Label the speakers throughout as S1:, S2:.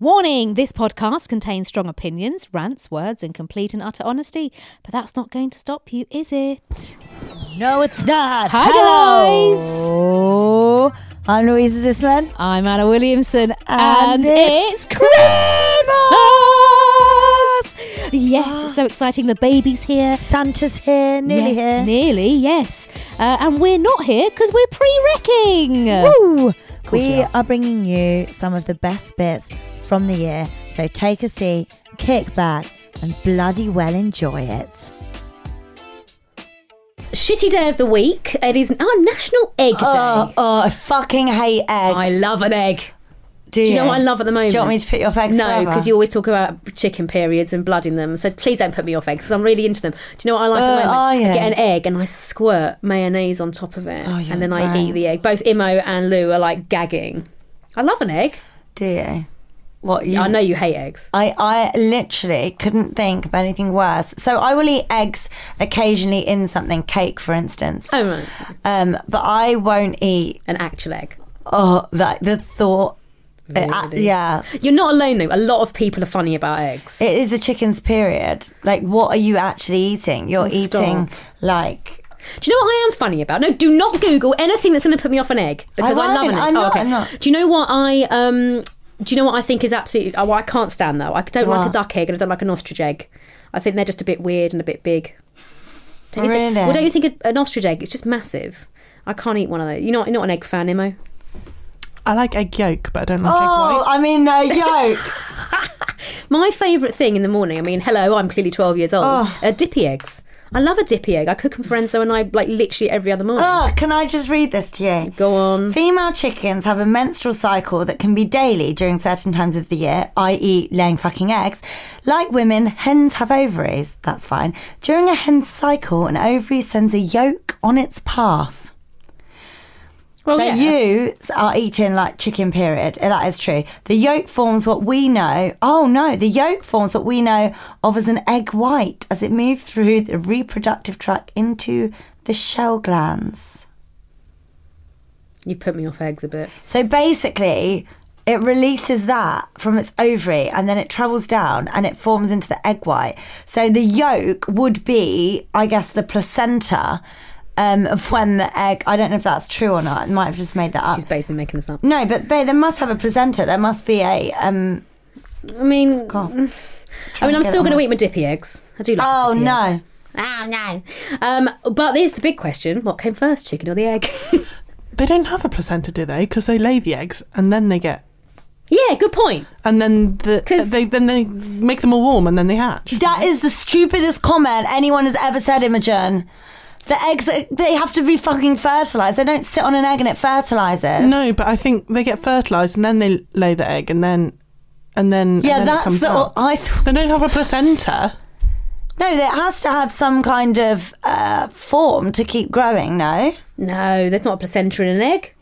S1: Warning this podcast contains strong opinions, rants, words, and complete and utter honesty, but that's not going to stop you, is it?
S2: No, it's not.
S1: Hi,
S2: Hello. I'm Louisa Zisman.
S1: I'm Anna Williamson, and,
S2: And
S1: it's
S2: it's
S1: Christmas! Yes, it's so exciting. The baby's here.
S2: Santa's here, nearly
S1: Yeah,
S2: here.
S1: Nearly, yes. Uh, and we're not here because we're pre wrecking.
S2: Woo! We,
S1: we are.
S2: are. bringing you some of the best bits from the year. So take a seat, kick back, and bloody well enjoy it.
S3: Shitty day of the week. It is our National Egg Day.
S4: Oh, oh, I fucking hate eggs.
S3: I love an egg.
S4: Do
S3: Do you know what I love at the moment?
S4: Do you want me to put your eggs?
S3: No,
S4: forever?
S3: because you always talk about chicken periods and blood in them. So please don't put me off eggs because I'm really into them. Do you know what I like at the
S4: Uh,
S3: moment?
S4: are
S3: I
S4: you?
S3: get an egg and I squirt mayonnaise on top of it,
S4: Oh, you're
S3: and then I
S4: right.
S3: eat the egg. Both Imo and Lou are like gagging. I love an egg.
S4: Do you? What you?
S3: I know you hate eggs.
S4: I, I literally couldn't think of anything worse. So I will eat eggs occasionally in something, cake for instance.
S3: Oh, right.
S4: Um, but I won't eat.
S3: An actual egg.
S4: Oh, like the thought. it- uh, yeah,
S3: You're not alone though. A lot of people are funny about eggs.
S4: it is a chicken's period. Like, what are you actually eating? You're
S3: Stop.
S4: eating like.
S3: Do you know what I am funny about? No, do not Google anything that's going to put me off an egg because I,
S4: won't.
S3: love an egg. Oh,
S4: I'm not,
S3: okay.
S4: I'm not.
S3: Do you know what I um? Do you know what I think is absolutely? Oh, I can't stand though. I don't like a
S4: What?
S3: duck egg and I don't like an ostrich egg. I think they're just a bit weird and a bit big. Don't you
S4: Really?
S3: Think, well, don't you think an ostrich egg? It's just massive. I can't eat one of those. You're not, you're not an egg fan, Imo.
S5: I like egg yolk, but I don't like egg
S4: Oh,
S5: white.
S4: I mean, uh, yolk.
S3: My favourite thing in the morning. I mean, hello, I'm clearly 12 years old.
S4: Oh.
S3: Are dippy eggs. I love a dippy egg. I cook them for Enzo and I like literally every other morning.
S4: Oh, can I just read this to you?
S3: Go on.
S4: Female chickens have a menstrual cycle that can be daily during certain times of the year, i.e., laying fucking eggs. Like women, hens have ovaries. That's fine. During a hen's cycle, an ovary sends a yolk on its path.
S3: Well,
S4: so
S3: Oh, yeah.
S4: you are eating like chicken period. Eh, That is true. The yolk forms what we know. Oh no, the yolk forms what we know of as an egg white as it moves through the reproductive tract into the shell glands.
S3: You've put me off eggs a bit.
S4: So basically, it releases that from its ovary and then it travels down and it forms into the egg white. So the yolk would be, I guess, the placenta um, of when the egg. I don't know if that's true or not. I might have just made that up.
S3: She's basically making this up.
S4: no, but babe, there must have a placenta. There must be a. Um,
S3: I mean,
S5: Mm.
S4: God.
S3: I mean, I'm
S4: get
S3: still
S4: it
S3: going to
S4: on.
S3: eat my dippy eggs. I do like.
S4: Oh
S3: a dippy egg.
S4: no!
S3: Oh no! Um, but here's the big question: What came first, chicken or the egg?
S5: They don't have a placenta, do they? Because they lay the eggs and then they get,
S3: yeah, good point.
S5: and then the
S3: 'Cause-
S5: they then they make them all warm and then they hatch.
S4: That is the stupidest comment anyone has ever said, Imogen. The eggs, they have to be fucking fertilised. They don't sit on an egg and it fertilises.
S5: No, but I think they get fertilised and then they lay the egg and then and then and
S4: Yeah,
S5: then it
S4: that's
S5: comes
S4: the.
S5: out.
S4: I thought.
S5: They don't have a placenta.
S4: No, it has to have some kind of uh, form to keep growing, no?
S3: No, there's not a placenta in an egg.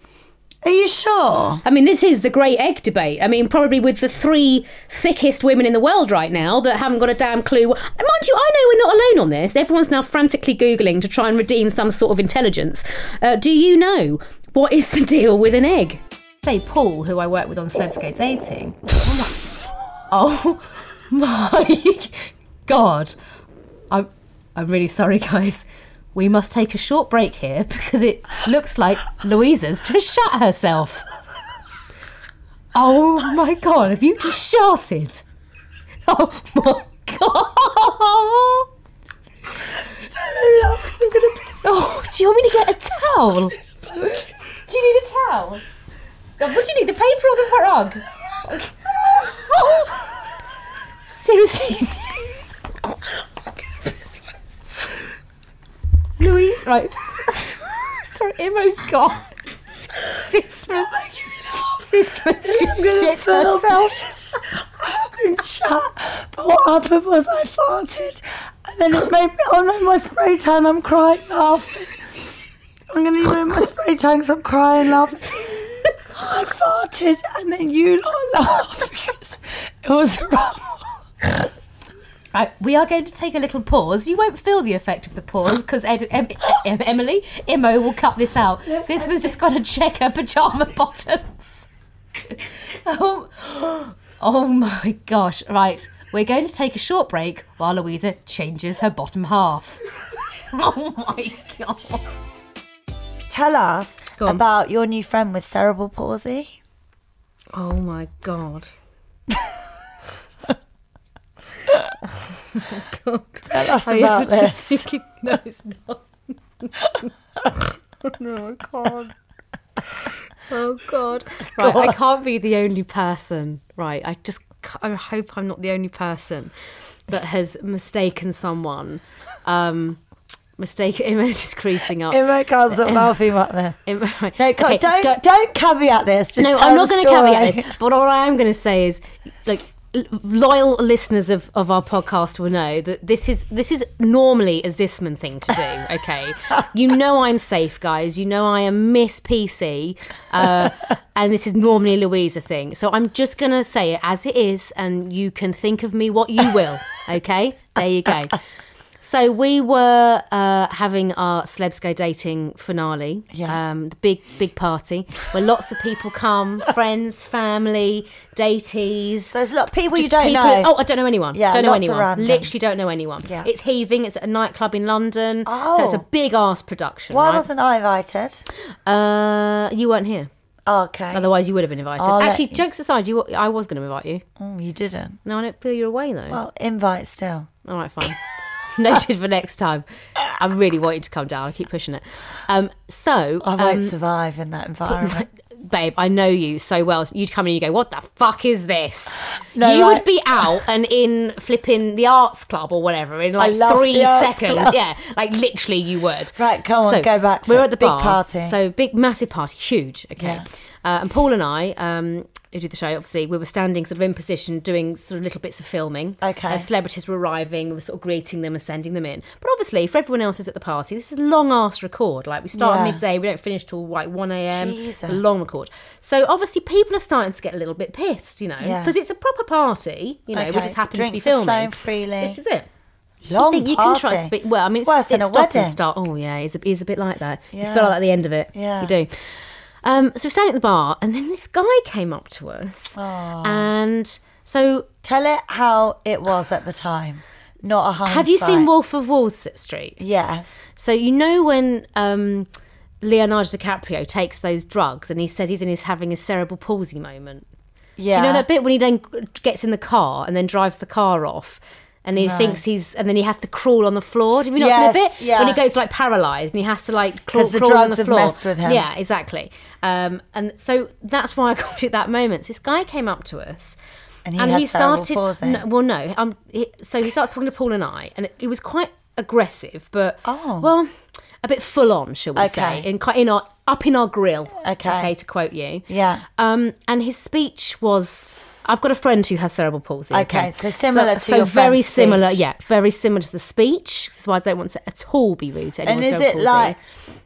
S4: Are you sure?
S3: I mean, this is the great egg debate. I mean, probably with the three thickest women in the world right now that haven't got a damn clue. And mind you, I know we're not alone on this. Everyone's now frantically googling to try and redeem some sort of intelligence. Uh, do you know what is the deal with an egg?
S6: say Paul, who I work with on Slebsco Dating. oh my god. I'm I'm really sorry guys. We must take a short break here because it looks like Louisa's just shut herself.
S3: Oh my god, have you just sharted? Oh my god! Oh, do you want me to get a towel? do you need a towel? God, what do you need? The paper or the rug? Okay. Seriously. Louise, right. Sorry, Emo's gone. Sisman. Sisman's just shit herself.
S4: I've shut, but what happened was I farted, and then it made me. Oh no, my spray tan! I'm crying laughing. I'm gonna need my spray tan 'cause I'm crying laughing. I farted, and then you lot laughed because it was wrong.
S3: Right, we are going to take a little pause. You won't feel the effect of the pause because Ed, em, Em- Emily, Imo will cut this out. Sisman's just got to check her pajama bottoms. oh, oh my gosh! Right, we're going to take a short break while Louisa changes her bottom half. oh my gosh!
S4: Tell us
S3: Go on.
S4: about your new friend with cerebral palsy.
S3: Oh my god!
S4: Tell us
S3: I
S4: about
S3: was
S4: this.
S3: Oh, just thinking, no, it's not. no, I can't. Oh God! Right, I can't be the only person. Right, I just ca- I hope I'm not the only person that has mistaken someone. Um, mistake. Emo's just creasing up.
S4: It might cause a mouthy about this.
S3: Em- right.
S4: No, God,
S3: Okay,
S4: don't
S3: go-
S4: don't caveat this. Just
S3: no,
S4: tell
S3: Oh, I'm not
S4: the
S3: going to caveat
S4: story.
S3: this. But all I am going to say is, like, l- loyal listeners of, of our podcast will know that this is this is normally a Zisman thing to do. Okay, you know I'm safe, guys. You know I am Miss PC, uh, and this is normally a Louisa thing. So I'm just going to say it as it is, and you can think of me what you will. Okay, there you go. So we were uh, having our Celebsco dating finale,
S4: Yeah.
S3: um, the big big party where lots of people come, friends, family, datees.
S4: There's a lot of people you
S3: Just
S4: don't
S3: people-
S4: know.
S3: Oh, I don't know anyone.
S4: Yeah,
S3: don't know
S4: lots of
S3: anyone.
S4: randoms.
S3: Literally don't know anyone.
S4: Yeah.
S3: It's heaving. It's at a nightclub in London. So it's
S4: Oh.
S3: a big ass production.
S4: Why
S3: right?
S4: wasn't I invited? Oh,
S3: Uh, you weren't here.
S4: Okay.
S3: Otherwise, you would have been invited.
S4: I'll let
S3: Actually,
S4: you-
S3: jokes aside, you I was going to invite you.
S4: Mm, you didn't.
S3: No, I don't feel you're away though.
S4: Well, invite still.
S3: All right, fine. Noted for next time. I really want you to come down. I keep pushing it. Um, so,
S4: I won't
S3: um,
S4: survive in that environment.
S3: babe, I know you so well. You'd come in and you go, "What the fuck is this?"
S4: No,
S3: you
S4: right.
S3: would be out and in flipping the arts club or whatever in like
S4: love
S3: three
S4: the arts
S3: seconds.
S4: club.
S3: Yeah, like literally, you would.
S4: Right, come on, go back to
S3: we're
S4: it.
S3: at the
S4: Big
S3: bar,
S4: party.
S3: So big, massive party, huge. Okay,
S4: Yeah.
S3: uh, and Paul and I. Um, who did the show? Obviously, we were standing sort of in position, doing sort of little bits of filming.
S4: Okay.
S3: As celebrities were arriving, we were sort of greeting them and sending them in. But obviously, for everyone else who's at the party, this is a long ass record. Like we start
S4: Yeah.
S3: at midday, we don't finish till like one a.m.
S4: Jesus.
S3: A long record. So obviously, people are starting to get a little bit pissed, you know,
S4: Yeah.
S3: because it's a proper party. You know,
S4: Okay.
S3: we're just happen to be
S4: Drinks are
S3: filming.
S4: flowing freely.
S3: This is it.
S4: Long
S3: I think you can
S4: party.
S3: try to speak. Well, I mean,
S4: it's
S3: it's,
S4: worse than
S3: it's
S4: a
S3: stop
S4: wedding.
S3: and start. Oh yeah, it's a, it's a bit like that.
S4: Yeah.
S3: You feel like that at the end of it.
S4: Yeah.
S3: you do. Um, so we're standing at the bar, and then this guy came up to us, and so
S4: Tell it how it was at the time. Not a hindsight.
S3: have you seen Wolf of Wall Street?
S4: Yes.
S3: So you know when um, Leonardo DiCaprio takes those drugs and he says he's in his having his cerebral palsy moment.
S4: Yeah.
S3: Do you know that bit when he then gets in the car and then drives the car off? And he thinks he's, and then he has to crawl on the floor. Have you not seen a
S4: Yes,
S3: bit?
S4: yeah.
S3: When he goes like paralysed and he has to like crawl,
S4: 'Cause the
S3: crawl on
S4: drugs
S3: the
S4: have
S3: floor.
S4: messed with him.
S3: Yeah, exactly. Um, and so that's why I called it that moment. So this guy came up to us.
S4: And he had cerebral
S3: started.
S4: palsy.
S3: no, well, no. Um, he, so he starts talking to Paul and I, and it, it was quite aggressive, but well, a bit full on, shall we
S4: Oh. Okay.
S3: say, and quite in our up in our grill.
S4: Okay.
S3: okay, to quote you.
S4: Yeah.
S3: Um, and his speech was, I've got a friend who has cerebral palsy.
S4: Okay, so similar to
S3: so
S4: your
S3: very
S4: friend's
S3: similar,
S4: speech.
S3: yeah, very similar to the speech. So I don't want to at all be rude to anyone.
S4: And
S3: with
S4: is it
S3: cerebral palsy.
S4: like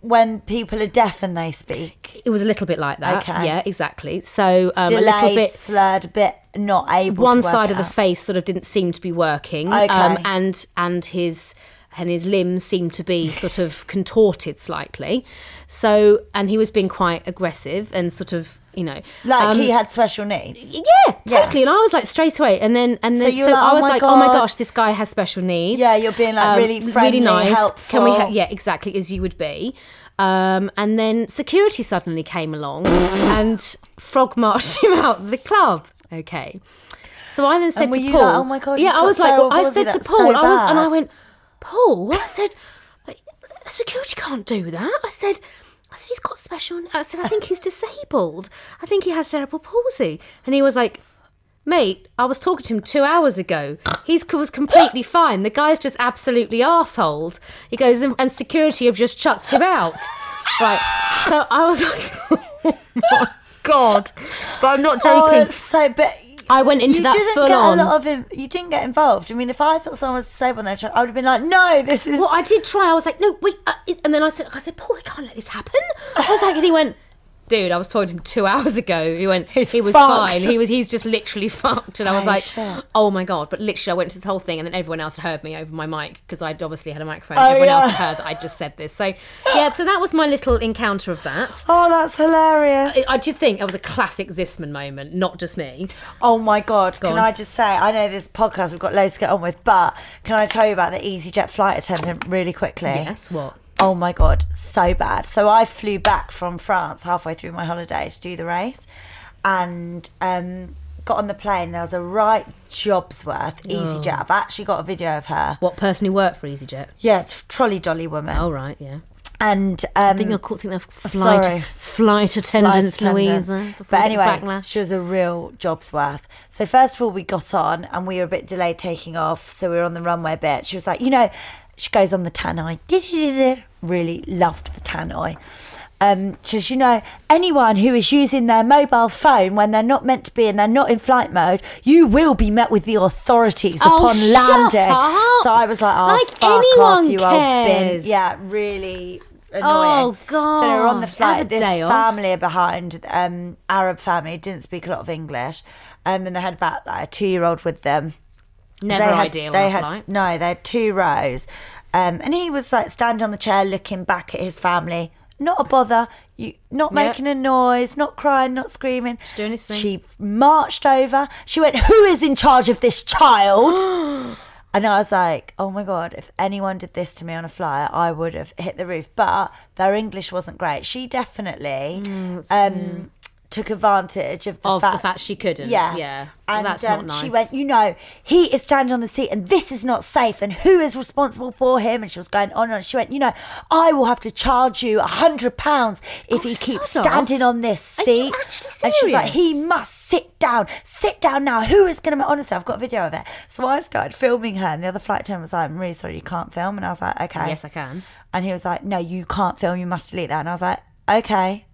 S4: when people are deaf and they speak?
S3: It was a little bit like that.
S4: Okay.
S3: Yeah, exactly. So um, a little
S4: Delayed,
S3: bit.
S4: slurred, bit not able.
S3: one
S4: to work
S3: side of
S4: it
S3: the
S4: out.
S3: face sort of didn't seem to be working um,
S4: Okay.
S3: and and his and his limbs seemed to be sort of contorted slightly so and he was being quite aggressive and sort of you know
S4: Like
S3: um,
S4: he had special needs.
S3: yeah,
S4: Yeah.
S3: totally. And I was like straight away, and then and
S4: So
S3: then
S4: you
S3: so,
S4: were like,
S3: I
S4: "Oh
S3: was
S4: my
S3: like, oh my
S4: God."
S3: gosh, this guy has special needs.
S4: Yeah, you're being, like, really friendly,
S3: really nice. Can we?
S4: helpful.
S3: yeah, exactly as you would be. Um, and then security suddenly came along and frog marched him out of the club. Okay. So I then said
S4: And were
S3: to
S4: you
S3: Paul,
S4: like, "Oh my God,
S3: yeah,
S4: he's
S3: I
S4: got
S3: was like,
S4: cerebral
S3: well, I
S4: palsy,
S3: said to
S4: that's
S3: Paul,
S4: so
S3: I was, and I
S4: bad."
S3: went, Paul, I said, like, security can't do that. I said, I said he's got special. I said I think he's disabled. I think he has cerebral palsy. And he was like, mate, I was talking to him two hours ago. He's was completely fine. The guy's just absolutely arseholed. He goes and, and security have just chucked him out. Right. So I was like, oh my god. But I'm not
S4: Oh,
S3: joking.
S4: that's so but
S3: I went into
S4: you
S3: that
S4: didn't
S3: full
S4: get
S3: on.
S4: a lot of in- you didn't get involved. I mean, if I thought someone was disabled on their truck, I would have been like, no, this is
S3: Well, I did try. I was like, no, wait. Uh, it- and then I said, I said, Paul, I can't let this happen. I was like, and he went, dude, I was talking to him two hours ago. He went,
S4: He's
S3: he was
S4: fucked.
S3: fine. He was, he's just literally fucked. And I was
S4: Oh,
S3: like,
S4: shit.
S3: oh my god. But literally, I went to this whole thing, and then everyone else had heard me over my mic because I'd obviously had a microphone.
S4: Oh,
S3: everyone else
S4: yeah.
S3: had heard that I would just said this. So yeah, so that was my little encounter of that.
S4: oh, that's hilarious.
S3: I- I did think it was a classic Zisman moment, not just me.
S4: Oh my god! can
S3: on.
S4: I just say, I know this podcast we've got loads to get on with, but can I tell you about the EasyJet flight attendant really quickly?
S3: Yes, what?
S4: Oh my god, so bad. So I flew back from France halfway through my holiday to do the race, and um, got on the plane. There was a right job's worth
S3: Oh.
S4: EasyJet. I've actually got a video of her.
S3: What person who worked for EasyJet?
S4: Yeah, it's trolley dolly woman.
S3: Oh right, yeah.
S4: And um,
S3: I think I caught think they're flight
S4: sorry.
S3: flight
S4: flight
S3: attendants,
S4: attendant.
S3: Louisa. before
S4: But
S3: we get
S4: anyway,
S3: backlash.
S4: she was a real job's worth. So first of all, we got on and we were a bit delayed taking off, so we were on the runway a bit. She was like, you know, she goes on the tannoy. Really loved the tannoy. Um, she says, you know, anyone who is using their mobile phone when they're not meant to be and they're not in flight mode, you will be met with the authorities
S3: Oh,
S4: upon
S3: shut
S4: landing.
S3: up.
S4: So I was like, oh,
S3: Like
S4: fuck
S3: anyone
S4: off, you old bin.
S3: cares.
S4: Yeah, really annoying.
S3: Oh,
S4: So we were on the
S3: God.
S4: flight.
S3: Have a
S4: This
S3: day off.
S4: family family behind um, Arab family didn't speak a lot of English, um, and they had about like a two year old with them.
S3: Never
S4: they had,
S3: ideal
S4: They
S3: on a
S4: had
S3: flight.
S4: no, they had two rows, um, and he was like standing on the chair looking back at his family. Not a bother, you, not
S3: Yep.
S4: making a noise, not crying, not screaming. Just
S3: doing his thing.
S4: She marched over. She went, "Who is in charge of this child?" And I was like, oh my God, if anyone did this to me on a flyer, I would have hit the roof. But their English wasn't great. She definitely um, took advantage of the,
S3: Mm, Of the
S4: fact,
S3: fact she couldn't. Yeah. Well,
S4: And
S3: that's
S4: um,
S3: not
S4: she
S3: nice.
S4: went, you know, he is standing on the seat and this is not safe. And who is responsible for him? And she was going on and on. She went, you know, I will have to charge you a £100 if he keeps
S3: shut up.
S4: standing on this
S3: Oh, Are
S4: seat.
S3: you actually
S4: And she's like, he
S3: serious?
S4: must sit down. Sit down now. Who is going to? Honestly, I've got a video of it. So I started filming her, and the other flight attendant was like, I'm really sorry, you can't film. And I was like, okay.
S3: Yes, I can.
S4: And he was like, no, you can't film. You must delete that. And I was like, okay.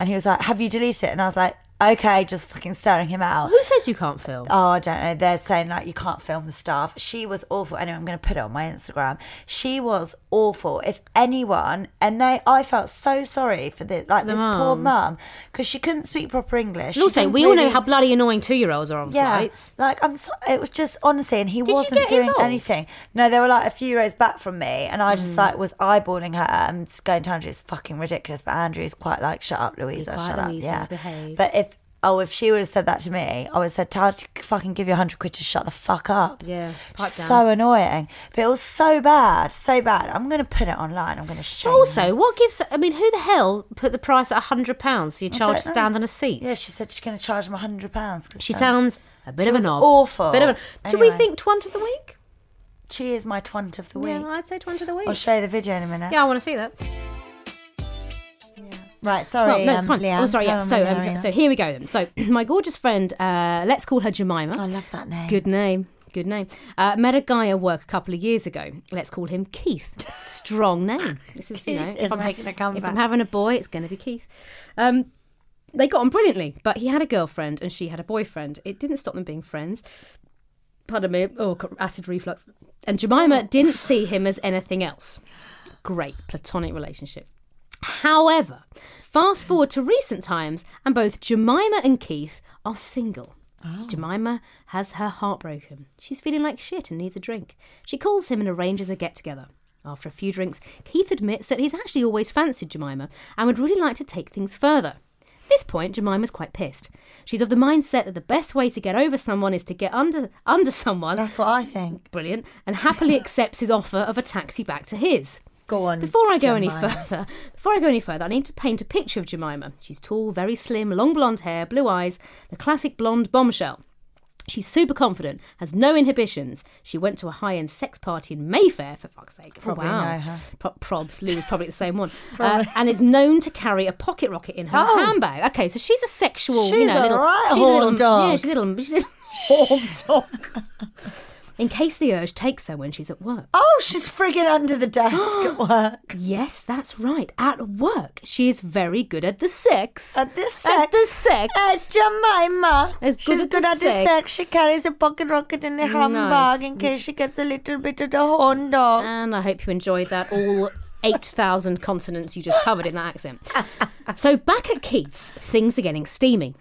S4: And he was like, have you deleted it? And I was like, okay, just fucking staring him out.
S3: Who says you can't film?
S4: Oh, I don't know. They're saying like you can't film the staff. She was awful. Anyway, I'm going to put it on my Instagram. She was awful. If anyone, and they, I felt so sorry for this, like this poor mum, because she couldn't speak proper English. She
S3: and also,
S4: didn't
S3: we all know
S4: really-
S3: how bloody annoying two-year-olds are on
S4: yeah,
S3: flights.
S4: like I'm. So, it was just honestly, and he
S3: you
S4: wasn't
S3: get
S4: doing
S3: involved? Mm.
S4: anything. No, they were like a few rows back from me, and I just like was eyeballing her and just going to Andrew. It's fucking ridiculous, but Andrew's quite like, shut up, Louisa,
S3: quiet,
S4: shut
S3: Louisa,
S4: up, yeah.
S3: behave.
S4: But if oh, if she would have said that to me, I would have said, "Tara, to fucking give you a hundred quid to shut the fuck up."
S3: Yeah, pipe
S4: Just
S3: down.
S4: so annoying. But it was so bad, so bad. I'm gonna put it online. I'm gonna show.
S3: Also, what gives? I mean, who the hell put the price at hundred pounds for your child to stand on a seat?
S4: Yeah, she said she's gonna charge him a hundred pounds.
S3: She sounds a bit
S4: She
S3: of a
S4: was
S3: knob.
S4: awful.
S3: Bit of a. Should we
S4: Anyway.
S3: think twant of the week?
S4: She is my twant of the week. Oh,
S3: Yeah, I'd say twant of the week.
S4: I'll show you the video in a minute.
S3: yeah, I want to see that.
S4: Right, sorry.
S3: Well, no, it's
S4: um,
S3: fine.
S4: Leanne.
S3: oh, sorry. Yeah.
S4: Carry on
S3: So,
S4: with
S3: um,
S4: Ariana.
S3: so here we go. Then. So, my gorgeous friend, uh, let's call her Jemima.
S4: I love that name.
S3: Good name. Good name. Uh, met a guy at work a couple of years ago. Let's call him Keith. Strong name. This is, you know,
S4: Keith
S3: if
S4: is
S3: I'm, ha-
S4: making a comeback.
S3: if I'm having a boy, it's going to be Keith. Um, they got on brilliantly, but he had a girlfriend and she had a boyfriend. It didn't stop them being friends. Pardon me. Oh, got acid reflux. And Jemima didn't see him as anything else. Great platonic relationship. However, fast forward to recent times, and both Jemima and Keith are single. Jemima has her heart broken. She's feeling like shit and needs a drink. She calls him and arranges a get together. After a few drinks, Keith admits that he's actually always fancied Jemima and would really like to take things further. At this point, Jemima's quite pissed. She's of the mindset that the best way to get over someone is to get under under someone
S4: Uh. That's what I think.
S3: brilliant, and happily accepts his offer of a taxi back to his.
S4: Go on.
S3: Before I go any
S4: Jemima.
S3: further, before I go any further, I need to paint a picture of Jemima. She's tall, very slim, long blonde hair, blue eyes, the classic blonde bombshell. She's super confident, has no inhibitions. She went to a high-end sex party in Mayfair, for fuck's sake.
S4: Probably
S3: oh, wow.
S4: know her.
S3: Pro- probs, Lou is probably the same one. Uh, and is known to carry a pocket rocket in her handbag. Okay, so she's a sexual, you
S4: Oh. She's
S3: know,
S4: a
S3: little,
S4: right
S3: she's a little,
S4: horn dog.
S3: Yeah, she's a little, she's a little horn dog. In case the urge takes her when she's at work.
S4: Oh, she's frigging under the desk at work.
S3: Yes, that's right. At work, she is very good at the sex.
S4: At the sex.
S3: At the sex.
S4: At Jemima.
S3: As good
S4: she's
S3: at the
S4: good at
S3: sex.
S4: the sex. She carries a pocket rocket in her handbag in case she gets a little bit of the horn dog.
S3: And I hope you enjoyed that all 8,000 continents you just covered in that accent. So back at Keith's, things are getting steamy.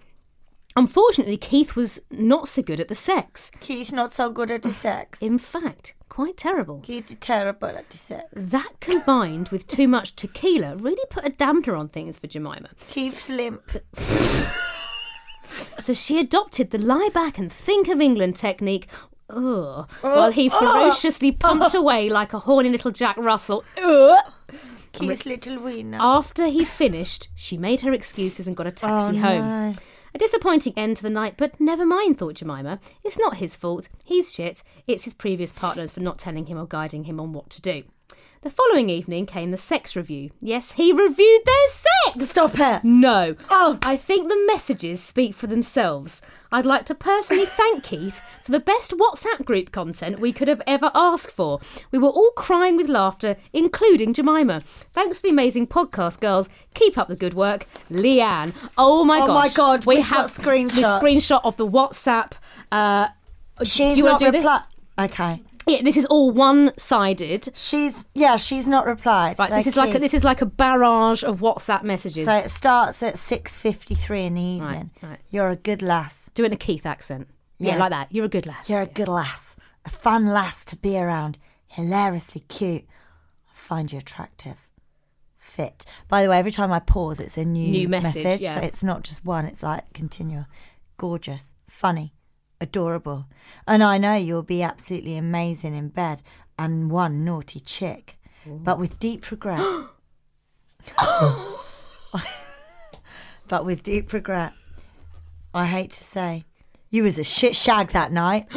S3: Unfortunately, Keith was not so good at the sex.
S4: Keith's not so good at the sex.
S3: In fact, quite terrible.
S4: Keith is terrible at the sex.
S3: That combined with too much tequila really put a dampener on things for Jemima.
S4: Keith's limp.
S3: So she adopted the lie back and think of England technique. Ugh, while he ferociously pumped away like a horny little Jack Russell. Ugh.
S4: Keith's little wiener.
S3: After he finished, she made her excuses and got a taxi home. A disappointing end to the night, but never mind, thought Jemima. It's not his fault. He's shit. It's his previous partners for not telling him or guiding him on what to do. The following evening came the sex review. Yes, he reviewed their sex!
S4: Stop it.
S3: No.
S4: Oh.
S3: I think the messages speak for themselves. I'd like to personally thank Keith for the best WhatsApp group content we could have ever asked for. We were all crying with laughter, including Jemima. Thanks for the amazing podcast, girls. Keep up the good work. Leanne. Oh my
S4: Oh my
S3: gosh.
S4: God,
S3: We
S4: we've
S3: have
S4: got screenshots.
S3: the screenshot of the WhatsApp. Uh,
S4: She's
S3: do you
S4: not
S3: want to do this?
S4: repli- Okay.
S3: Yeah, this is all one-sided.
S4: She's yeah. She's not replied.
S3: Right, so
S4: So
S3: this is like a,
S4: Keith-
S3: this is like a barrage of WhatsApp messages.
S4: So it starts at six fifty three in the evening.
S3: right.
S4: You're a good lass.
S3: Doing a Keith accent. Yeah,
S4: Yeah.
S3: like that. You're a good lass.
S4: You're a good lass. A fun lass to be around. Hilariously cute. I find you attractive. Fit. By the way, every time I pause, it's a new,
S3: New message, yeah.
S4: So it's not just one. It's like continual. Gorgeous, funny, adorable, and I know you'll be absolutely amazing in bed and one naughty chick, but with deep regret. but with deep regret, I hate to say, you was a shit shag that night.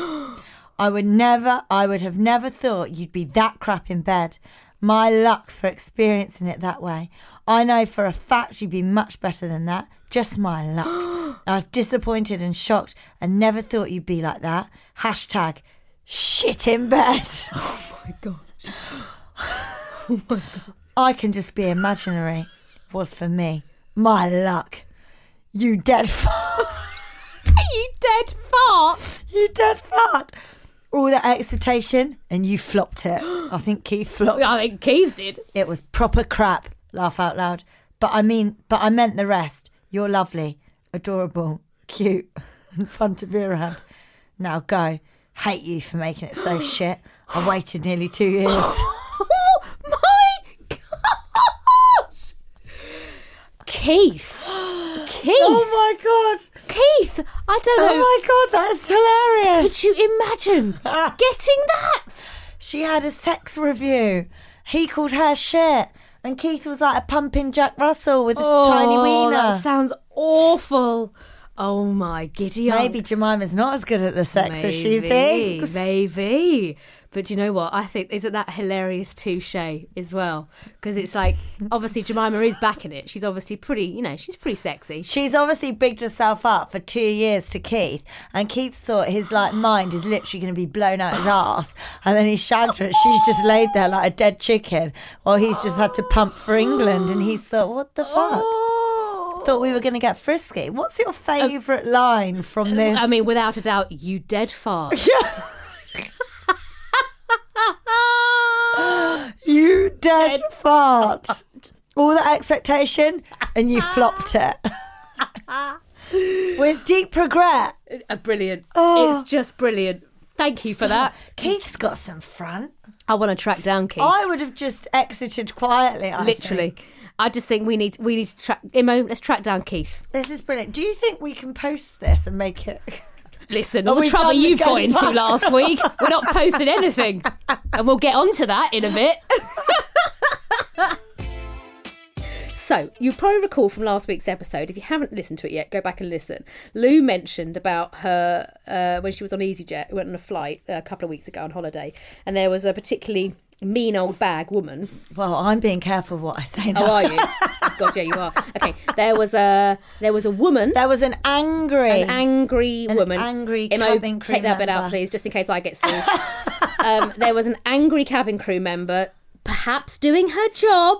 S4: I would never, I would have never thought you'd be that crap in bed. My luck for experiencing it that way. I know for a fact you'd be much better than that. Just my luck. I was disappointed and shocked and never thought you'd be like that. Hashtag shit in bed. I can just be imaginary. Was for me. My luck. You dead fart.
S3: you dead fart.
S4: you dead fart. All that expectation and you flopped it. I think Keith flopped.
S3: I think Keith did.
S4: It was proper crap. Laugh out loud. But I mean, but I meant the rest. You're lovely, adorable, cute, and fun to be around. Now go. Hate you for making it so shit. I waited nearly two years.
S3: Oh my gosh! Keith. Keith.
S4: Oh my god.
S3: Keith. I don't know.
S4: Oh my god, that's hilarious.
S3: Could you imagine getting that?
S4: She had a sex review. He called her shit. And Keith was like a pumping Jack Russell with his tiny
S3: Oh,
S4: wiener.
S3: that sounds awful. Oh my giddy aunt.
S4: Maybe Jemima's not as good at the sex as she
S3: Maybe,
S4: thinks.
S3: Maybe. But you know what? I think isn't that hilarious touche as well? Because it's like obviously Jemima is backing it. She's obviously pretty, you know, she's pretty sexy.
S4: She's obviously bigged herself up for two years to Keith, and Keith thought his like mind is literally going to be blown out his ass, and then he shagged her, and she's just laid there like a dead chicken, while he's just had to pump for England, and he's thought, what the fuck?
S3: Oh.
S4: Thought we were going to get frisky. What's your favourite line from this?
S3: Um, I mean, without a doubt, you dead fart.
S4: You dead fart. All that expectation, and you flopped it. With deep regret.
S3: Uh, brilliant.
S4: Oh.
S3: It's just brilliant. Thank you for that.
S4: Keith's got some front.
S3: I want to track down Keith.
S4: I would have just exited quietly. I
S3: Literally.
S4: think.
S3: I just think we need we need to track Imo. Let's track down Keith.
S4: This is brilliant. Do you think we can post this and make it?
S3: Listen,
S4: Are
S3: all the
S4: we
S3: trouble
S4: done with
S3: you've got
S4: going
S3: into
S4: back?
S3: last week. We're not posting anything, and we'll get onto that in a bit. So, you probably recall from last week's episode, if you haven't listened to it yet, go back and listen. Lou mentioned about her uh, when she was on EasyJet, went on a flight uh, a couple of weeks ago on holiday, and there was a particularly mean old bag woman.
S4: Well, I'm being careful what I say now.
S3: Oh, are you? God, yeah, you are. Okay, there was a there was a woman.
S4: There was an angry.
S3: an angry
S4: An
S3: woman.
S4: angry
S3: Emo,
S4: cabin crew
S3: Take that bit out,
S4: member.
S3: please, just in case I get sued. um, there was an angry cabin crew member, perhaps doing her job,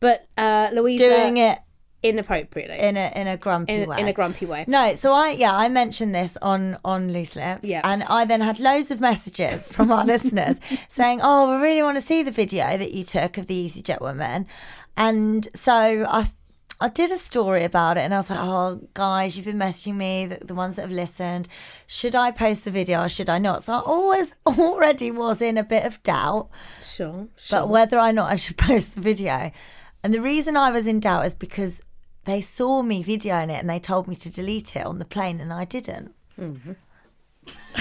S3: but uh, Louisa
S4: doing it
S3: inappropriately.
S4: in a in a grumpy
S3: In-
S4: way.
S3: in a grumpy way.
S4: No, so I yeah, I mentioned this on on Loose Lips.
S3: Yeah.
S4: And I then had loads of messages from our listeners saying, Oh, we really want to see the video that you took of the EasyJet woman. And so I I did a story about it and I was like, Oh guys, you've been messaging me, the, the ones that have listened. Should I post the video or should I not? So I always already was in a bit of doubt
S3: sure, sure.
S4: but whether or not I should post the video. And the reason I was in doubt is because they saw me videoing it and they told me to delete it on the plane and I didn't.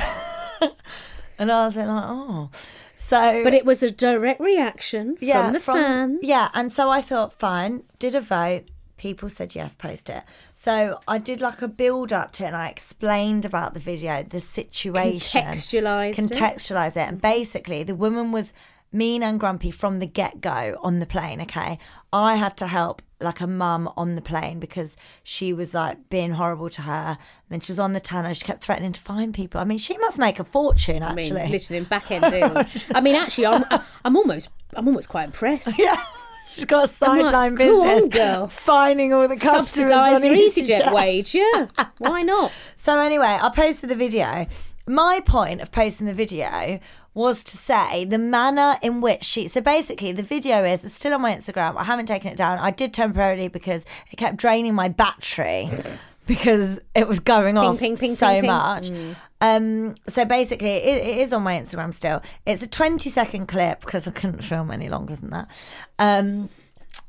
S4: and I was like, oh. So,
S3: But it was a direct reaction from the fans.
S4: Yeah, and so I thought, fine, did a vote. People said yes, post it. So I did like a build up to it and I explained about the video, the situation.
S3: Contextualised it.
S4: Contextualise it. And basically, the woman was mean and grumpy from the get go on the plane, okay? I had to help like a mum on the plane because she was like being horrible to her. And then she was on the tanner, she kept threatening to fine people. I mean, she must make a fortune,
S3: I mean,
S4: actually.
S3: literally in back end deals. I mean, actually, I'm, I'm almost, I'm almost quite impressed.
S4: Yeah. She's got a
S3: I'm like,
S4: sideline
S3: go on,
S4: business.
S3: girl.
S4: Finding all the customers.
S3: Subsidise
S4: on
S3: your EasyJet wage, yeah. Why not?
S4: So, anyway, I posted the video. My point of posting the video was to say the manner in which she. So, basically, the video is it's still on my Instagram. I haven't taken it down. I did temporarily because it kept draining my battery because it was going off
S3: ping, ping,
S4: so
S3: ping, ping.
S4: much. Um, so basically, it, it is on my Instagram still. It's a 20 second clip because I couldn't film any longer than that. Um,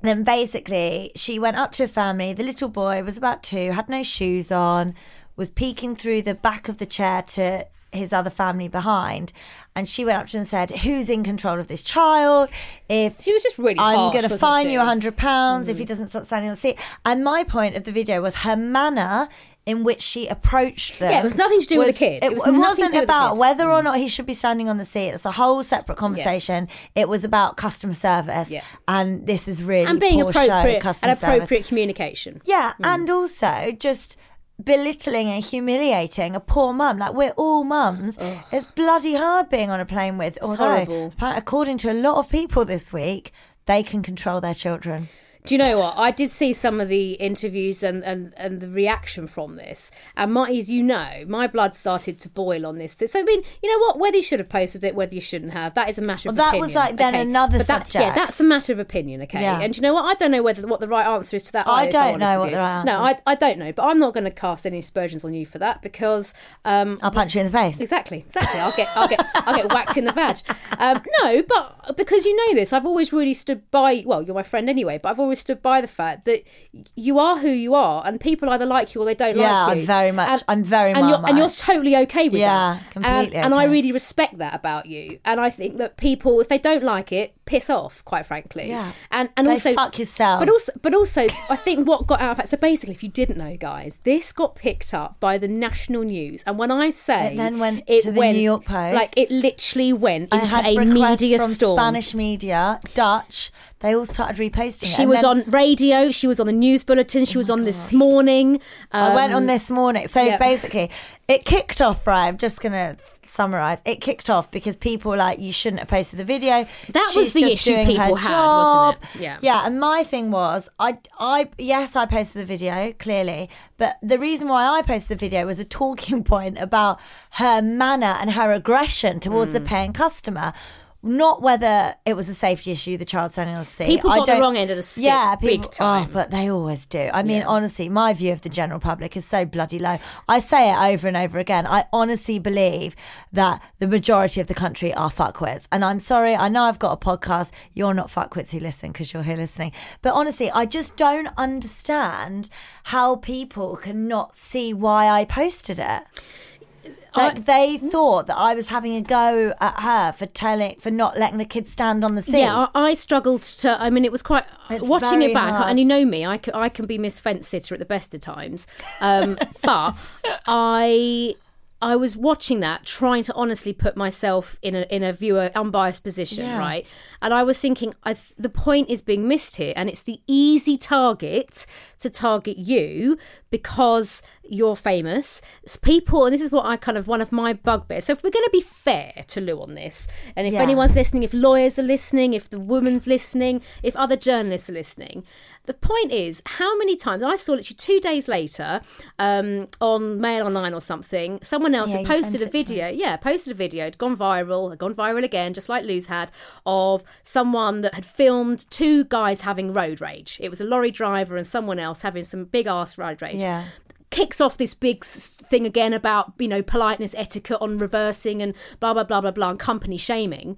S4: then basically, she went up to a family. The little boy was about two, had no shoes on, was peeking through the back of the chair to his other family behind. And she went up to him and said, Who's in control of this child? If
S3: She was just really
S4: I'm
S3: harsh,
S4: going to
S3: wasn't
S4: fine you
S3: she? Mm.
S4: a hundred pounds if he doesn't stop standing on the seat. And my point of the video was her manner in which she approached them.
S3: Yeah, it was nothing to do with the kid. It was nothing to
S4: not
S3: do with the
S4: about
S3: kid. Mm.
S4: whether or not he should be standing on the seat. It's a whole separate conversation. It was about customer service,
S3: Yeah.
S4: and this is really
S3: And being
S4: poor show
S3: appropriate
S4: customer
S3: and appropriate
S4: service.
S3: communication.
S4: Yeah, and also just belittling and humiliating a poor mum. Like we're all mums. It's bloody hard being on a plane with. although,
S3: horrible.
S4: apparent- according to a lot of people this week, they can control their children.
S3: Do you know what? I did see some of the interviews and, and, and the reaction from this. And my, as you know, my blood started to boil on this. So, I mean, you know what? Whether you should have posted it, whether you shouldn't have, that is a matter of
S4: Well, that
S3: opinion.
S4: was like then another
S3: But that- Yeah,
S4: subject.
S3: that's a matter of opinion, okay?
S4: Yeah.
S3: And do you know what? I don't know whether what the right answer is to that.
S4: I
S3: either, if I'm
S4: don't know
S3: honest
S4: what
S3: with you.
S4: the right
S3: No, I, I don't know. But I'm not going to cast any aspersions on you for that because um,
S4: I'll punch you in the face.
S3: Exactly, exactly. I'll get, I'll get, I'll get whacked in the vag. Um, no, but because you know this, I've always really stood by. Well, you're my friend anyway, but I've always stood by the fact that you are who you are, and people either like you or they don't
S4: Yeah,
S3: like
S4: I'm
S3: you.
S4: very much-
S3: And-
S4: I'm very
S3: and you're, and you're
S4: Marmite.
S3: totally okay with
S4: Yeah,
S3: that. Um,
S4: completely
S3: And, and I
S4: okay.
S3: really respect that about you. And I think that people, if they don't like it, piss off. Quite frankly.
S4: Yeah.
S3: And and
S4: They
S3: also
S4: fuck yourselves.
S3: But also also- but also, I think what got out of that. So basically, if you didn't know, guys, this got picked up by the national news, and when I say
S4: It then went to the
S3: went-
S4: New York Post.
S3: like it literally went
S4: I
S3: into
S4: had
S3: a
S4: requests
S3: media
S4: from
S3: storm.
S4: Spanish media, Dutch. They all started reposting. it.
S3: She
S4: And
S3: was
S4: then Oh
S3: on radio. She was on the news bulletin. She was on this morning.
S4: I went
S3: um,
S4: on this morning. So
S3: yeah.
S4: basically, it kicked off. Right, I'm just gonna summarize. It kicked off because people were like you shouldn't have posted the video.
S3: That was the issue people had, wasn't it?
S4: Yeah.
S3: Yeah.
S4: Yeah. And my thing was, I, I, yes, I posted the video clearly, but the reason why I posted the video was a talking point about her manner and her aggression towards
S3: Mm.
S4: a paying customer. Not whether it was a safety issue, the child standing on the seat.
S3: People
S4: I
S3: got the
S4: don't-
S3: wrong end of the stick,
S4: Yeah,
S3: big
S4: people,
S3: time.
S4: Oh, but they always do. I mean, honestly, my view of the general public is so bloody low. I say it over and over again. I honestly believe that the majority of the country are fuckwits. And I'm sorry, I know I've got a podcast. You're not fuckwits who listen because you're here listening. But honestly, I just don't understand how people cannot see why I posted it. Like they thought that I was having a go at her for telling for not letting the kids stand on the seat.
S3: Yeah, I, I struggled to. I mean, it was quite
S4: It's
S3: watching
S4: very
S3: it back,
S4: hard.
S3: and you know me, I can, I can be Miss Fence Sitter at the best of times, um, but I. I was watching that, trying to honestly put myself in a in a viewer unbiased position, right? And I was thinking, I th- the point is being missed here, and it's the easy target to target you because you're famous. S- People, and this is what I kind of one of my bugbears. So if we're going to be fair to Lou on this, and if
S4: Yeah.
S3: anyone's listening, if lawyers are listening, if the woman's listening, if other journalists are listening. The point is, how many times I saw literally two days later um, on Mail Online or something, someone else
S4: Yeah,
S3: had
S4: you
S3: posted
S4: sent
S3: a
S4: it to me.
S3: video. Yeah, posted a video, had gone viral, had gone viral again, just like Lou's had, of someone that had filmed two guys having road rage. It was a lorry driver and someone else having some big ass road rage
S4: Yeah.
S3: kicks off this big s- thing again about you know politeness etiquette on reversing and blah blah blah blah blah and company shaming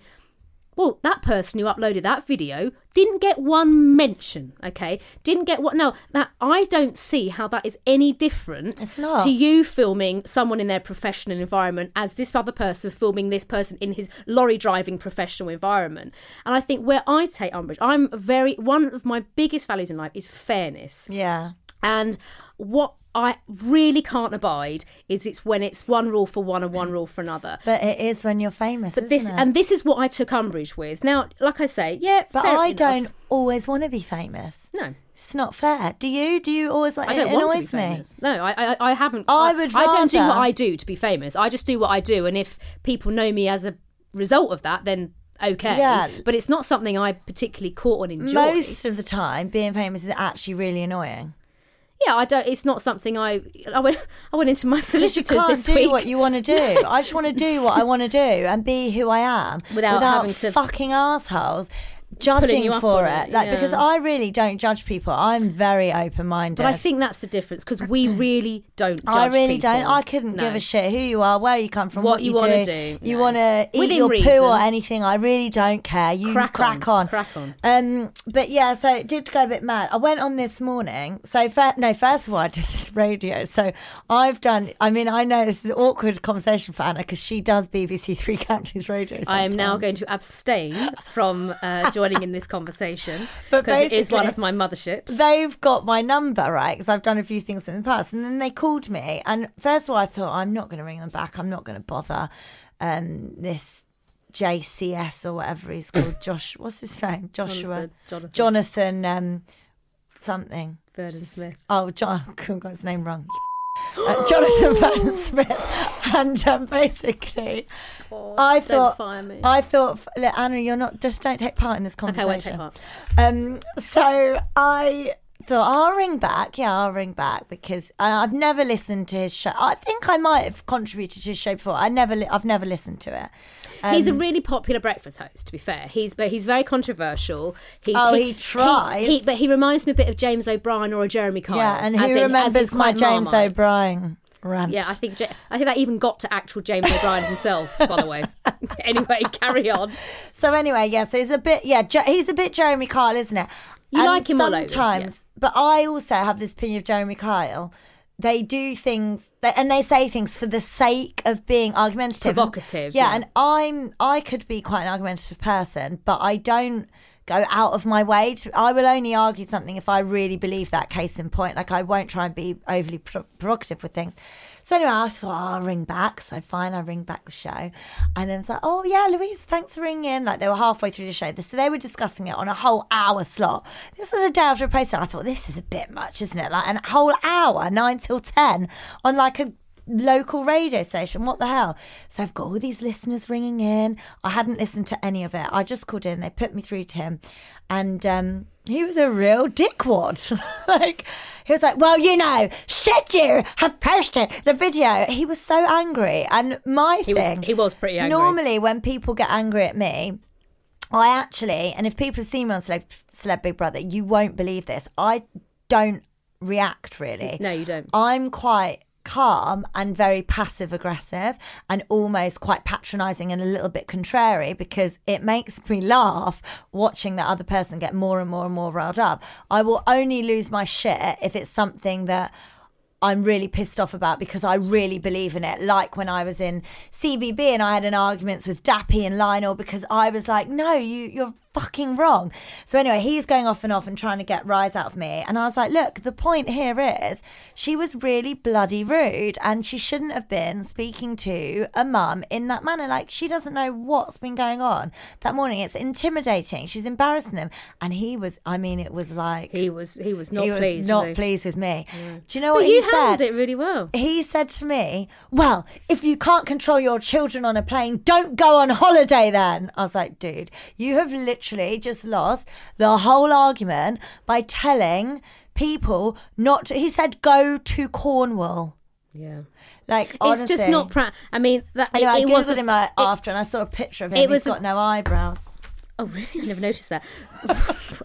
S3: well that person who uploaded that video didn't get one mention okay didn't get what now that i don't see how that is any different
S4: It's not.
S3: to you filming someone in their professional environment as this other person filming this person in his lorry driving professional environment and i think where i take umbrage i'm very one of my biggest values in life is fairness
S4: Yeah.
S3: and what I really can't abide is it's when it's one rule for one and one rule for another.
S4: But it is when you're famous.
S3: But
S4: isn't
S3: this
S4: it?
S3: and this is what I took umbrage with. Now, like I say, yeah,
S4: But
S3: fair
S4: I
S3: enough.
S4: don't always want to be famous.
S3: No,
S4: It's not fair. Do you? Do you always want?
S3: I don't
S4: it
S3: want to be
S4: annoys me.
S3: famous. No, I, I, I haven't.
S4: I would
S3: I don't do what
S4: rather-
S3: I do to be famous. I just do what I do, and if people know me as a result of that, then okay.
S4: Yeah.
S3: But it's not something I particularly caught on enjoy.
S4: Most of the time, being famous is actually really annoying.
S3: Yeah, I don't. It's not something I. I went. I went into my
S4: 'Cause
S3: solicitors
S4: you can't
S3: this
S4: do
S3: week.
S4: what you want to do. I just want to do what I want to do and be who I am
S3: Without having to-
S4: fucking assholes judging
S3: you up
S4: for
S3: on
S4: it.
S3: it,
S4: Like
S3: yeah.
S4: because I really don't judge people. I'm very open minded.
S3: But I think that's the difference because we really don't. Judge
S4: I really
S3: people.
S4: don't. I couldn't give
S3: No.
S4: a shit who you are, where you come from,
S3: What
S4: what,
S3: you
S4: do.
S3: wanna do,
S4: You
S3: no.
S4: want to eat
S3: Within
S4: your
S3: reason.
S4: poo or anything. I really don't care. You
S3: Crack
S4: crack,
S3: on,
S4: on,
S3: crack on.
S4: Um, but yeah, so it did go a bit mad. I went on this morning. So fir- no, first of all, I did this radio. So I've done. I mean, I know this is an awkward conversation for Anna because she does BBC Three Counties Radio.
S3: I am now
S4: sometimes.
S3: going to abstain from uh, joining in this conversation because it is one of my motherships.
S4: they've got my number, right? Because I've done a few things in the past. And then they called me. And first of all, I thought, I'm not going to ring them back. I'm not going to bother um, this JCS or whatever he's called. Josh, what's his name? Joshua.
S3: Jonathan.
S4: Jonathan um, something.
S3: Verdon Smith.
S4: Oh, John, I got his name wrong. Uh, Jonathan Vernon Smith, and um, basically, I
S3: don't
S4: thought
S3: fire me.
S4: I thought, look, Anna, you're not just don't take part in this
S3: Okay, I
S4: conversation.
S3: won't take part.
S4: Um, so I thought I'll ring back. Yeah, I'll ring back because I, I've never listened to his show. I think I might have contributed to his show before. I never, li- I've never listened to it. Um,
S3: he's a really popular breakfast host, to be fair. He's but he's very controversial. He's,
S4: Oh, he tries.
S3: he- but he reminds me a bit of James O'Brien or a Jeremy Kyle.
S4: yeah, and
S3: as in-
S4: who
S3: as
S4: remembers
S3: it's
S4: my
S3: quite
S4: James
S3: Marmite.
S4: O'Brien rant?
S3: Yeah, I think Ja- I think that even got to actual James O'Brien himself. By the way, anyway, carry on.
S4: So anyway, yeah, so he's a bit, yeah, jo- he's a bit Jeremy Kyle, isn't it?
S3: You like him all over,
S4: sometimes, but I also have this opinion of Jeremy Kyle. They do things, they, and they say things for the sake of being argumentative,
S3: Provocative,
S4: Yeah,
S3: yeah.
S4: and I'm, I could be quite an argumentative person, but I don't go out of my way to. I will only argue something if I really believe that. Case in point, like I won't try and be overly pro- provocative with things. So anyway, I thought "Oh, I'll ring back. So fine, I ring back the show, and then it's like, oh yeah, Louise, thanks for ringing. Like they were halfway through the show, so they were discussing it on a whole hour slot. This was a day after a post, and I thought this is a bit much, isn't it? Like an whole hour, nine till ten, on like a local radio station. What the hell? So I've got all these listeners ringing in. I hadn't listened to any of it. I just called in. They put me through to him, and um, he was a real dickwad. like he was like, "Well, you know, should you have posted the video?" He was so angry, and my
S3: He was-
S4: thing
S3: he was pretty angry.
S4: Normally, when people get angry at me. I actually, and if people have seen me on Celeb, Celeb Big Brother, you won't believe this. I don't react really.
S3: No, you don't.
S4: I'm quite calm and very passive aggressive and almost quite patronizing and a little bit contrary because it makes me laugh watching that other person get more and more and more riled up. I will only lose my shit if it's something that I'm really pissed off about because I really believe in it. Like when I was in CBB and I had an arguments with Dappy and Lionel because I was like, no, you, you're fucking wrong. So anyway, he's going off and off and trying to get rise out of me. And I was like, look, the point here is she was really bloody rude and she shouldn't have been speaking to a mum in that manner. Like she doesn't know what's been going on that morning. It's intimidating. She's embarrassing them. And he was, I mean, it was like,
S3: He was he was not
S4: he was
S3: pleased.
S4: not
S3: was he?
S4: pleased with me. Do you know
S3: But
S4: what he
S3: you handled
S4: said?
S3: it really well.
S4: He said to me, "Well, if you can't control your children on a plane, don't go on holiday." Then I was like, "Dude, you have literally just lost the whole argument by telling people not." To, he said, "Go to Cornwall."
S3: Yeah.
S4: Like
S3: It's just
S4: honestly.
S3: not pra- I mean that
S4: Anyway,
S3: it,
S4: I
S3: it
S4: googled
S3: wasn't
S4: him
S3: it-
S4: uh, after, and I saw a picture of him.
S3: it
S4: He's
S3: was a-
S4: got no eyebrows.
S3: Oh really? I never noticed that.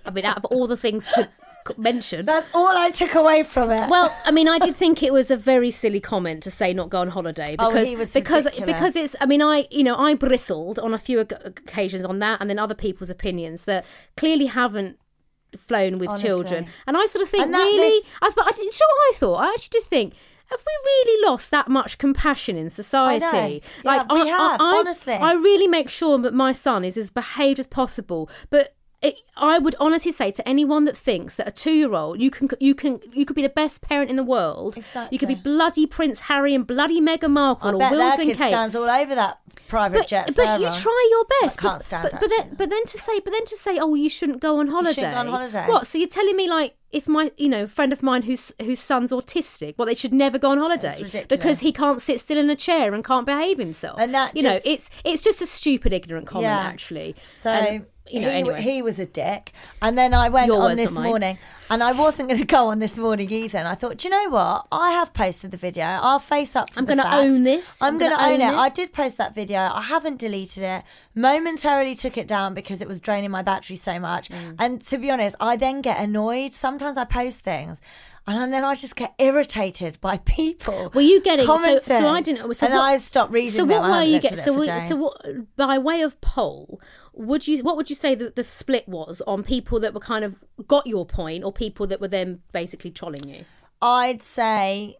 S3: I mean out of all the things to c- mention.
S4: That's all I took away from it.
S3: Well, I mean, I did think it was a very silly comment to say not go on holiday
S4: Oh,
S3: because
S4: he was
S3: because
S4: ridiculous.
S3: because it's. I mean, I you know I bristled on a few oc- occasions on that, and then other people's opinions that clearly haven't flown with
S4: Honestly.
S3: children, and I sort of think
S4: And that-
S3: really.
S4: this-
S3: I, but I didn't sure what I thought. I actually did think. Have we really lost that much compassion in society?
S4: Yeah, we have, honestly.
S3: I really make sure that my son is as behaved as possible, but. It, I would honestly say to anyone that thinks that a two-year-old you can you can you could be the best parent in the world. You could be
S4: Exactly.
S3: bloody Prince Harry and bloody Meghan Markle
S4: I
S3: or
S4: bet their
S3: Wilson
S4: kid
S3: Kate.
S4: stands all over that private
S3: but
S4: jet.
S3: but you try your best.
S4: I can't
S3: but,
S4: stand
S3: but, but
S4: actually,
S3: then
S4: though.
S3: but then to say but then to say oh you shouldn't go on holiday.
S4: shouldn't go on holiday.
S3: What? So you're telling me like if my you know friend of mine whose whose son's autistic, well they should never go on holiday
S4: ridiculous.
S3: because he can't sit still in a chair and can't behave himself.
S4: And that
S3: you
S4: just-
S3: know it's it's just a stupid ignorant comment
S4: Yeah.
S3: actually.
S4: So
S3: And, you know
S4: he,
S3: anyway.
S4: he was a dick. And then I went
S3: Your
S4: on
S3: words,
S4: this
S3: not mine.
S4: morning, and I wasn't going to go on this morning either. And I thought, do you know what? I have posted the video. I'll face up to
S3: I'm
S4: going
S3: gonna
S4: to
S3: own this.
S4: I'm,
S3: I'm
S4: going
S3: gonna
S4: to own,
S3: own
S4: it.
S3: it.
S4: I did post that video. I haven't deleted it. Momentarily took it down because it was draining my battery so much.
S3: Mm.
S4: And to be honest, I then get annoyed. Sometimes I post things. And then I just get irritated by people.
S3: Were you getting so,
S4: commenting.
S3: so? I didn't. So
S4: and
S3: what,
S4: I stopped reading.
S3: So
S4: them. I
S3: what were
S4: haven't
S3: you
S4: looked at
S3: getting?
S4: it
S3: So
S4: for
S3: what, so
S4: days.
S3: what? By way of poll, would you? What would you say that the split was on people that were kind of got your point, or people that were then basically trolling you?
S4: I'd say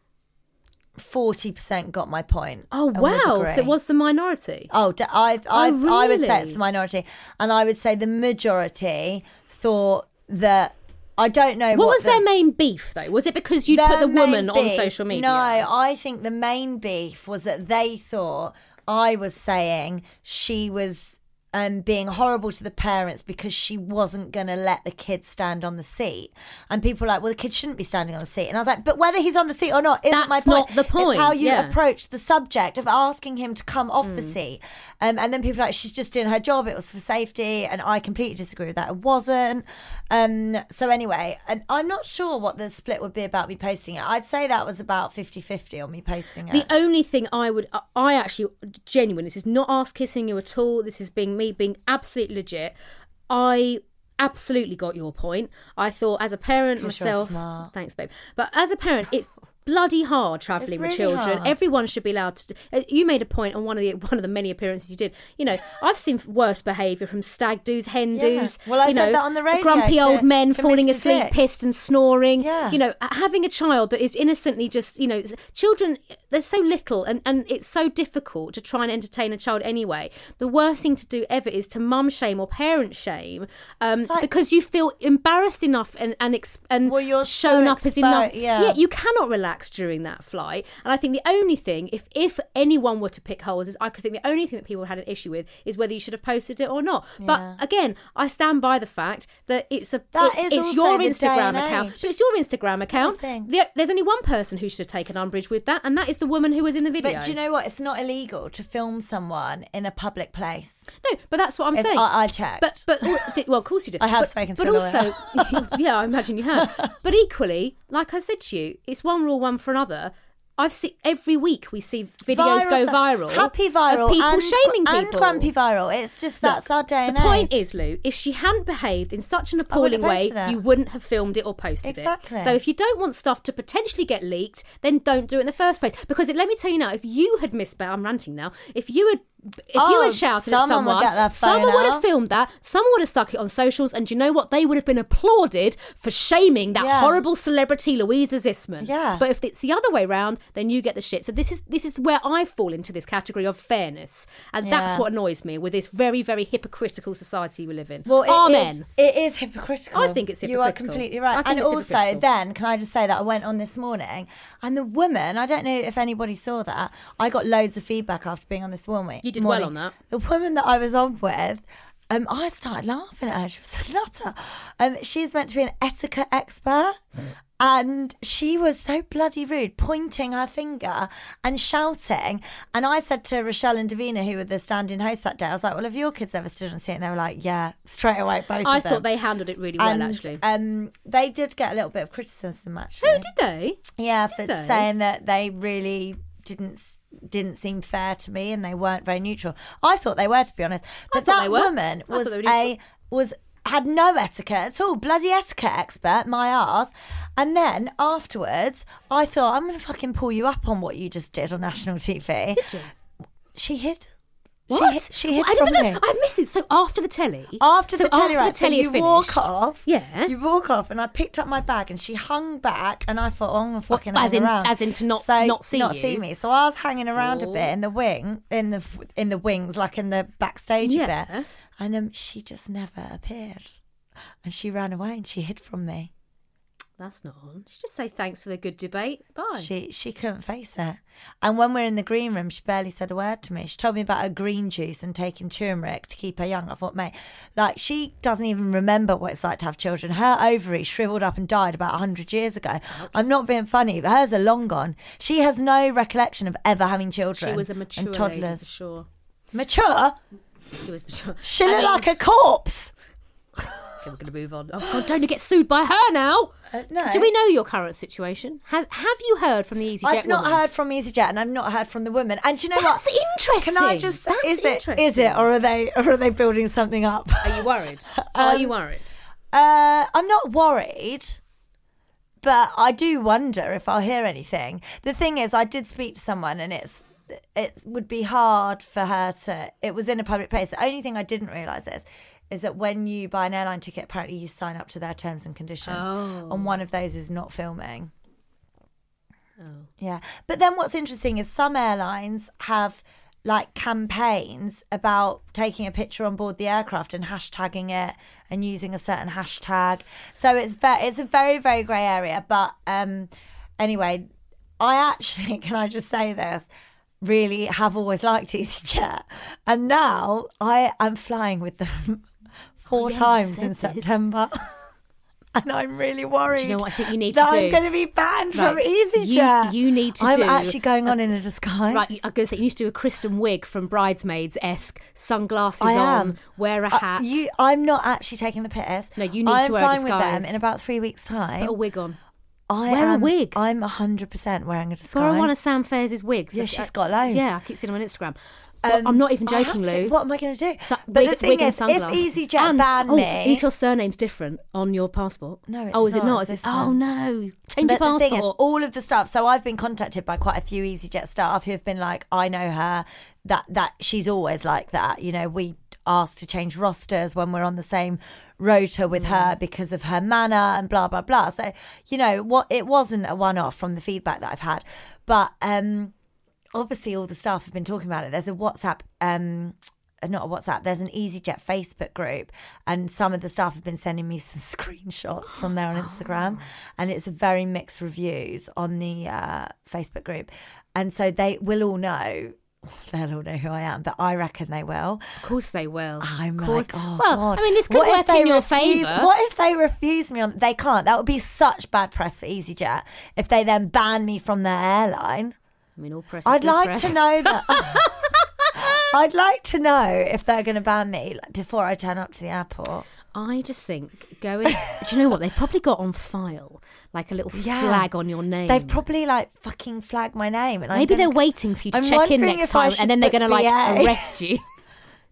S4: forty percent got my point.
S3: Oh
S4: and would
S3: wow! So
S4: agree.
S3: it was the minority.
S4: Oh, d- I've, I've, I would say it's
S3: really?
S4: the minority, and I would say the majority thought that I don't know.
S3: What, was
S4: the-
S3: their main beef though? Was it because you
S4: their
S3: put the
S4: main
S3: woman on
S4: beef-
S3: social media?
S4: No, I think the main beef was that they thought I was saying she was um, being horrible to the parents because she wasn't going to let the kid stand on the seat. And people were like, well, the kid shouldn't be standing on the seat. And I was like, but whether he's on the seat or not isn't my
S3: That's
S4: point.
S3: not the point,
S4: It's how you
S3: yeah.
S4: approach the subject of asking him to come off
S3: Mm.
S4: the seat. Um, and then people are like, she's just doing her job. It was for safety. And I completely disagree with that. It wasn't. Um, so anyway, and I'm not sure what the split would be about me posting it. I'd say that was about 50-50 on me posting it.
S3: The only thing I would, I- I actually, genuine, this is not ass kissing you at all. This is being me being absolutely legit. I absolutely got your point. I thought as a parent
S4: It's 'cause you're
S3: myself,
S4: smart.
S3: thanks, babe. But as a parent, it's bloody hard traveling with
S4: really
S3: children.
S4: hard.
S3: Everyone should be allowed to. uh, You made a point on one of the one of the many appearances you did. You know, I've seen worse behaviour from stag do's, hen
S4: Yeah.
S3: do's.
S4: Well, I
S3: you
S4: said
S3: know,
S4: that on the radio
S3: Grumpy
S4: to-
S3: old men
S4: to
S3: falling
S4: Mr.
S3: asleep,
S4: Dick.
S3: pissed and snoring.
S4: Yeah.
S3: You know, having a child that is innocently just you know s- children they're so little and and it's so difficult to try and entertain a child anyway the worst thing to do ever is to mum shame or parent shame um
S4: It's like-
S3: because you feel embarrassed enough and and ex- and
S4: Well, you're so
S3: shown up as enough
S4: expo- yeah.
S3: you cannot relax during that flight and i think the only thing if if anyone were to pick holes is i could think the only thing that people had an issue with is whether you should have posted it or not but again i stand by the fact that it's a
S4: That
S3: it's,
S4: is
S3: it's
S4: also
S3: your
S4: the day
S3: instagram
S4: and
S3: account
S4: age.
S3: but it's your instagram account
S4: nothing.
S3: There- there's only one person who should have taken umbrage with that and that is the woman who was in the video
S4: But do you know what? It's not illegal to film someone in a public place.
S3: no but that's what i'm
S4: It's-
S3: saying
S4: I- I checked.
S3: but but di- well of course you did
S4: I have
S3: but,
S4: spoken to
S3: but
S4: a
S3: also
S4: lawyer.
S3: yeah i imagine you have but equally like i said to you it's one rule one for another I've seen every week we see videos
S4: Viral
S3: go
S4: stuff.
S3: viral.
S4: Happy viral.
S3: of people
S4: and,
S3: shaming people.
S4: And grumpy viral. It's just that's
S3: Look,
S4: our day and
S3: The point
S4: age.
S3: is, Lou, if she hadn't behaved in such an
S4: I wouldn't
S3: appalling
S4: have
S3: way,
S4: posted it.
S3: you wouldn't have filmed it or posted
S4: Exactly.
S3: it. So if you don't want stuff to potentially get leaked, then don't do it in the first place. Because it, let me tell you now, if you had misbehaved, I'm ranting now, if you had if you
S4: Oh,
S3: had shouted at
S4: someone would
S3: someone,
S4: get their phone
S3: someone would have
S4: out.
S3: filmed that. Someone would have stuck it on socials, and do you know what? They would have been applauded for shaming that
S4: Yeah.
S3: horrible celebrity Louisa Zisman.
S4: Yeah.
S3: But if it's the other way round, then you get the shit. So this is this is where I fall into this category of fairness, and that's
S4: Yeah.
S3: what annoys me with this very very hypocritical society we live in.
S4: Well, it is-
S3: Amen.
S4: it is hypocritical.
S3: I think it's
S4: You are
S3: hypocritical.
S4: completely
S3: I
S4: right.
S3: think
S4: And
S3: it's
S4: also,
S3: hypocritical.
S4: then, can I just say that I went on this morning and the woman, I don't know if anybody saw that, I got loads of feedback after being on this one week.
S3: You did
S4: morning.
S3: well on that.
S4: The woman that I was on with, um, I started laughing at her. She was a nutter. Um, she's meant to be an etiquette expert. And she was so bloody rude, pointing her finger and shouting. And I said to Rochelle and Davina, who were the standing hosts that day, I was like, Well, have your kids ever stood on a seat? And they were like, Yeah, straight away, both
S3: I
S4: of them.
S3: thought they handled it really well,
S4: and,
S3: actually.
S4: Um, they did get a little bit of criticism, actually.
S3: Who did they?
S4: Yeah,
S3: Did
S4: for
S3: they?
S4: saying that they really didn't didn't seem fair to me and they weren't very neutral. I thought they were to be honest. But
S3: thought
S4: that
S3: they were.
S4: woman
S3: I thought
S4: was
S3: they were
S4: a was had no etiquette at all. Bloody etiquette expert, my arse. And then afterwards, I thought I'm going to fucking pull you up on what you just did on national TV. Did you? She hid. She hid, she hid
S3: Well, I
S4: from
S3: don't know.
S4: me.
S3: I miss it. So after the telly.
S4: After
S3: so
S4: the telly,
S3: after
S4: right,
S3: the telly
S4: so
S3: had
S4: you walk
S3: finished-
S4: off.
S3: Yeah.
S4: you walk off, and I picked up my bag, and she hung back, and I thought, oh, I'm gonna fucking
S3: as
S4: hang
S3: in-
S4: around.
S3: as in to not-
S4: so,
S3: not see
S4: not
S3: you?
S4: see me. So I was hanging around a bit in the wing, in the in the wings, like in the backstage a
S3: Yeah.
S4: bit, and um, she just never appeared, and she ran away, and she hid from me.
S3: That's not on. She just say thanks for the good debate. Bye.
S4: She she couldn't face it. And when we were in the green room, she barely said a word to me. She told me about her green juice and taking turmeric to keep her young. I thought, mate, like she doesn't even remember what it's like to have children. Her ovary shriveled up and died about hundred years ago. I'm not being funny. Hers are long gone. She has no recollection of ever having
S3: She
S4: children.
S3: was a mature
S4: and
S3: lady for
S4: toddlers.
S3: sure.
S4: Mature.
S3: She was mature.
S4: She
S3: I
S4: looked
S3: mean,
S4: like a corpse.
S3: okay, we're going to move on. Oh God, don't get sued by her now.
S4: Uh, no.
S3: Do we know your current situation? Has have you heard from the EasyJet?
S4: I've not
S3: woman?
S4: heard from EasyJet, and I've not heard from the women. And do you know
S3: That's
S4: what?
S3: interesting.
S4: Can I just
S3: That's
S4: is it
S3: interesting.
S4: is it or are they or are they building something up?
S3: Are you worried? Are
S4: Um,
S3: you worried?
S4: Uh, I'm not worried, but I do wonder if I'll hear anything. The thing is, I did speak to someone, and it's it would be hard for her to. It was in a public place. The only thing I didn't realize is. Is that when you buy an airline ticket, apparently you sign up to their terms and conditions,
S3: Oh.
S4: and one of those is not filming. Yeah. But then what's interesting is some airlines have like campaigns about taking a picture on board the aircraft and hashtagging it and using a certain hashtag. So it's ve- it's a very very grey area, but um anyway, I actually can I just say this really have always liked EasyJet and now I am flying with them four
S3: Oh, yeah, you
S4: times
S3: said
S4: in
S3: this.
S4: September. And I'm really worried.
S3: Do you know what I think you need
S4: that
S3: to
S4: I'm
S3: do?
S4: going to be banned from
S3: Right.
S4: EasyJet.
S3: You- you need to
S4: I'm
S3: do
S4: actually going on in a disguise.
S3: Right, I'm going to say you need to do a Kristen wig from Bridesmaids esque, sunglasses
S4: I am.
S3: on, wear a
S4: Uh,
S3: hat,
S4: you, I'm not actually taking the piss.
S3: No, you need
S4: I'm
S3: to wear a
S4: flying with them
S3: disguise.
S4: in about three weeks' time.
S3: put a wig on.
S4: I
S3: wear a
S4: am,
S3: wig.
S4: I'm 100% wearing a disguise.
S3: Borrow one of Sam Fairs' wigs.
S4: Yeah,
S3: I-
S4: she's
S3: I-
S4: got loads.
S3: Yeah, I keep seeing them on Instagram. Well, I'm not even
S4: Um, I have
S3: joking,
S4: to-
S3: Lou.
S4: What am I going to do?
S3: Sa-
S4: but
S3: wig,
S4: the thing
S3: wig and
S4: is, if
S3: sunglasses.
S4: EasyJet
S3: and,
S4: banned
S3: oh,
S4: me,
S3: Is your surname's different on your passport?
S4: No, it's
S3: Oh, is it
S4: not,
S3: not?
S4: it's
S3: Is it,
S4: this
S3: oh,
S4: one.
S3: no. Change
S4: but the
S3: your passport.
S4: thing is, all of the staff. So I've been contacted by quite a few EasyJet staff who have been like, "I know her. That that she's always like that. You know, we ask to change rosters when we're on the same rotor with her because of her manner and blah blah blah." So you know, what it wasn't a one-off from the feedback that I've had, but um, obviously all the staff have been talking about it. There's a WhatsApp. Um, not a WhatsApp. There's an EasyJet Facebook group, and some of the staff have been sending me some screenshots from there on Instagram, and it's very mixed reviews on the uh, Facebook group, and so they will all know. They'll all know who I am, but I reckon they will.
S3: of course they will.
S4: I'm
S3: of course.
S4: like, oh
S3: well,
S4: God.
S3: I mean, this could
S4: What if
S3: work
S4: they
S3: in your
S4: refuse-
S3: favour.
S4: What if they refuse me on? They can't. That would be such bad press for EasyJet if they then ban me from their airline.
S3: I mean, all press. is
S4: I'd
S3: good
S4: like
S3: press.
S4: to know that. I'd like to know if they're going to ban me like, before I turn up to the airport.
S3: I just think going. do you know what? They've probably got on file like a little
S4: Yeah.
S3: flag on your name.
S4: They've probably like fucking flagged my name, and I'm
S3: Maybe they're
S4: gonna-
S3: waiting for you to
S4: I'm
S3: check in
S4: wondering
S3: next
S4: if I
S3: time,
S4: should
S3: and then they're
S4: book
S3: going to like
S4: BA.
S3: arrest
S4: They
S3: you.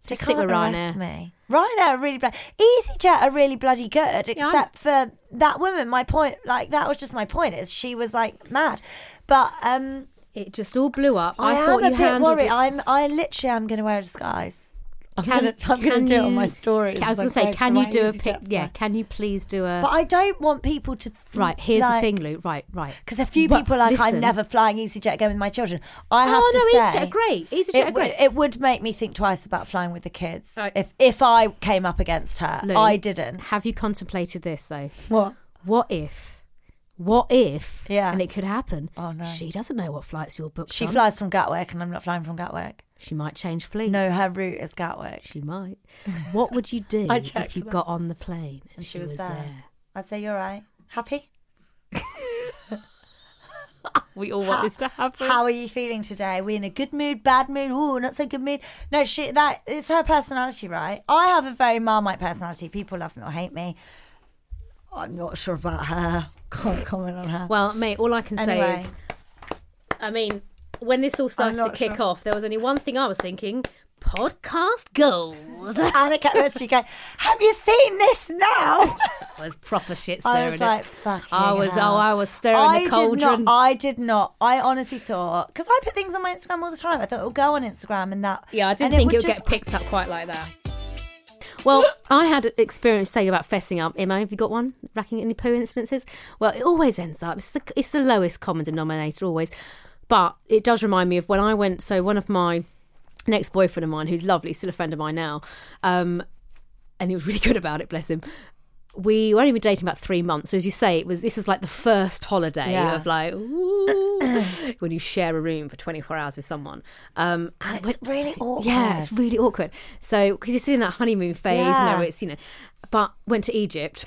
S3: Just stick
S4: can't
S3: with
S4: arrest
S3: Ryanair.
S4: me. Ryanair are really bloody. EasyJet are really bloody good,
S3: Yeah, I'm-
S4: except for that woman. My point, like that was just my point, is she was like mad, but um,
S3: It just all blew up.
S4: I,
S3: I,
S4: am
S3: thought
S4: a
S3: you
S4: bit
S3: handled
S4: worried.
S3: it.
S4: I'm. I literally am going to wear a disguise. I'm
S3: Can-
S4: going to
S3: can
S4: do it on my
S3: you-
S4: story.
S3: I was going to say, can you do a pic? Yeah, can you please do a
S4: But I don't want people to.
S3: right? Here's the thing, Luke. Right, right.
S4: Because a few
S3: But
S4: people are like, I'm
S3: listen,
S4: never flying EasyJet again with my children. I
S3: Oh,
S4: have to
S3: no, EasyJet
S4: say,
S3: are great. EasyJet
S4: it
S3: are
S4: would,
S3: great.
S4: It would make me think twice about flying with the kids.
S3: Right.
S4: If if I came up against her,
S3: Lou,
S4: I didn't.
S3: Have you contemplated this though?
S4: What?
S3: What if? What if?
S4: Yeah.
S3: And it could happen.
S4: Oh, no.
S3: She doesn't know what flights you're booked
S4: She
S3: on. E
S4: flies from Gatwick, and I'm not flying from Gatwick.
S3: She might change fleet.
S4: No, her route is Gatwick.
S3: She might. What would you do
S4: I
S3: if
S4: checked
S3: you
S4: that.
S3: got on the plane and, she, was, there?
S4: I'd say you're right. Happy?
S3: We all want this to happen.
S4: How are you feeling today? We in a good mood, bad mood? Ooh, not so good mood. No, she that it's her personality, right? I have a very marmite personality. People love me or hate me. I'm not sure about her. Can't comment on her.
S3: well, mate, all I can say
S4: Anyway.
S3: is, I mean, when this all started to
S4: not
S3: kick
S4: sure.
S3: off, there was only one thing I was thinking: podcast gold.
S4: Anna kept messaging going, Have you seen this now?
S3: was proper shit
S4: I
S3: stirring.
S4: was like,
S3: it.
S4: fucking
S3: I was
S4: hell.
S3: oh, I was stirring the cauldron.
S4: Did not, I did not. I honestly thought, because I put things on my Instagram all the time. I thought it'll go on Instagram and that.
S3: yeah, I didn't
S4: and
S3: think
S4: would
S3: it would
S4: just-
S3: get picked up quite like that. Well, I had an experience saying about fessing up. Emma, have you got one? Racking any poo incidences? Well, it always ends up. It's the it's the lowest common denominator always. But it does remind me of when I went. So one of my an ex boyfriend of mine, who's lovely, still a friend of mine now, um, and he was really good about it. Bless him. We were only been dating about three months, so as you say, it was this was like the first holiday
S4: Yeah.
S3: of like ooh, when you share a room for twenty four hours with someone. Um, and it
S4: It's
S3: went-
S4: really awkward.
S3: yeah, it's really awkward. So because you're still in that honeymoon phase,
S4: Yeah. Oh.
S3: no, it's you know. But went to Egypt,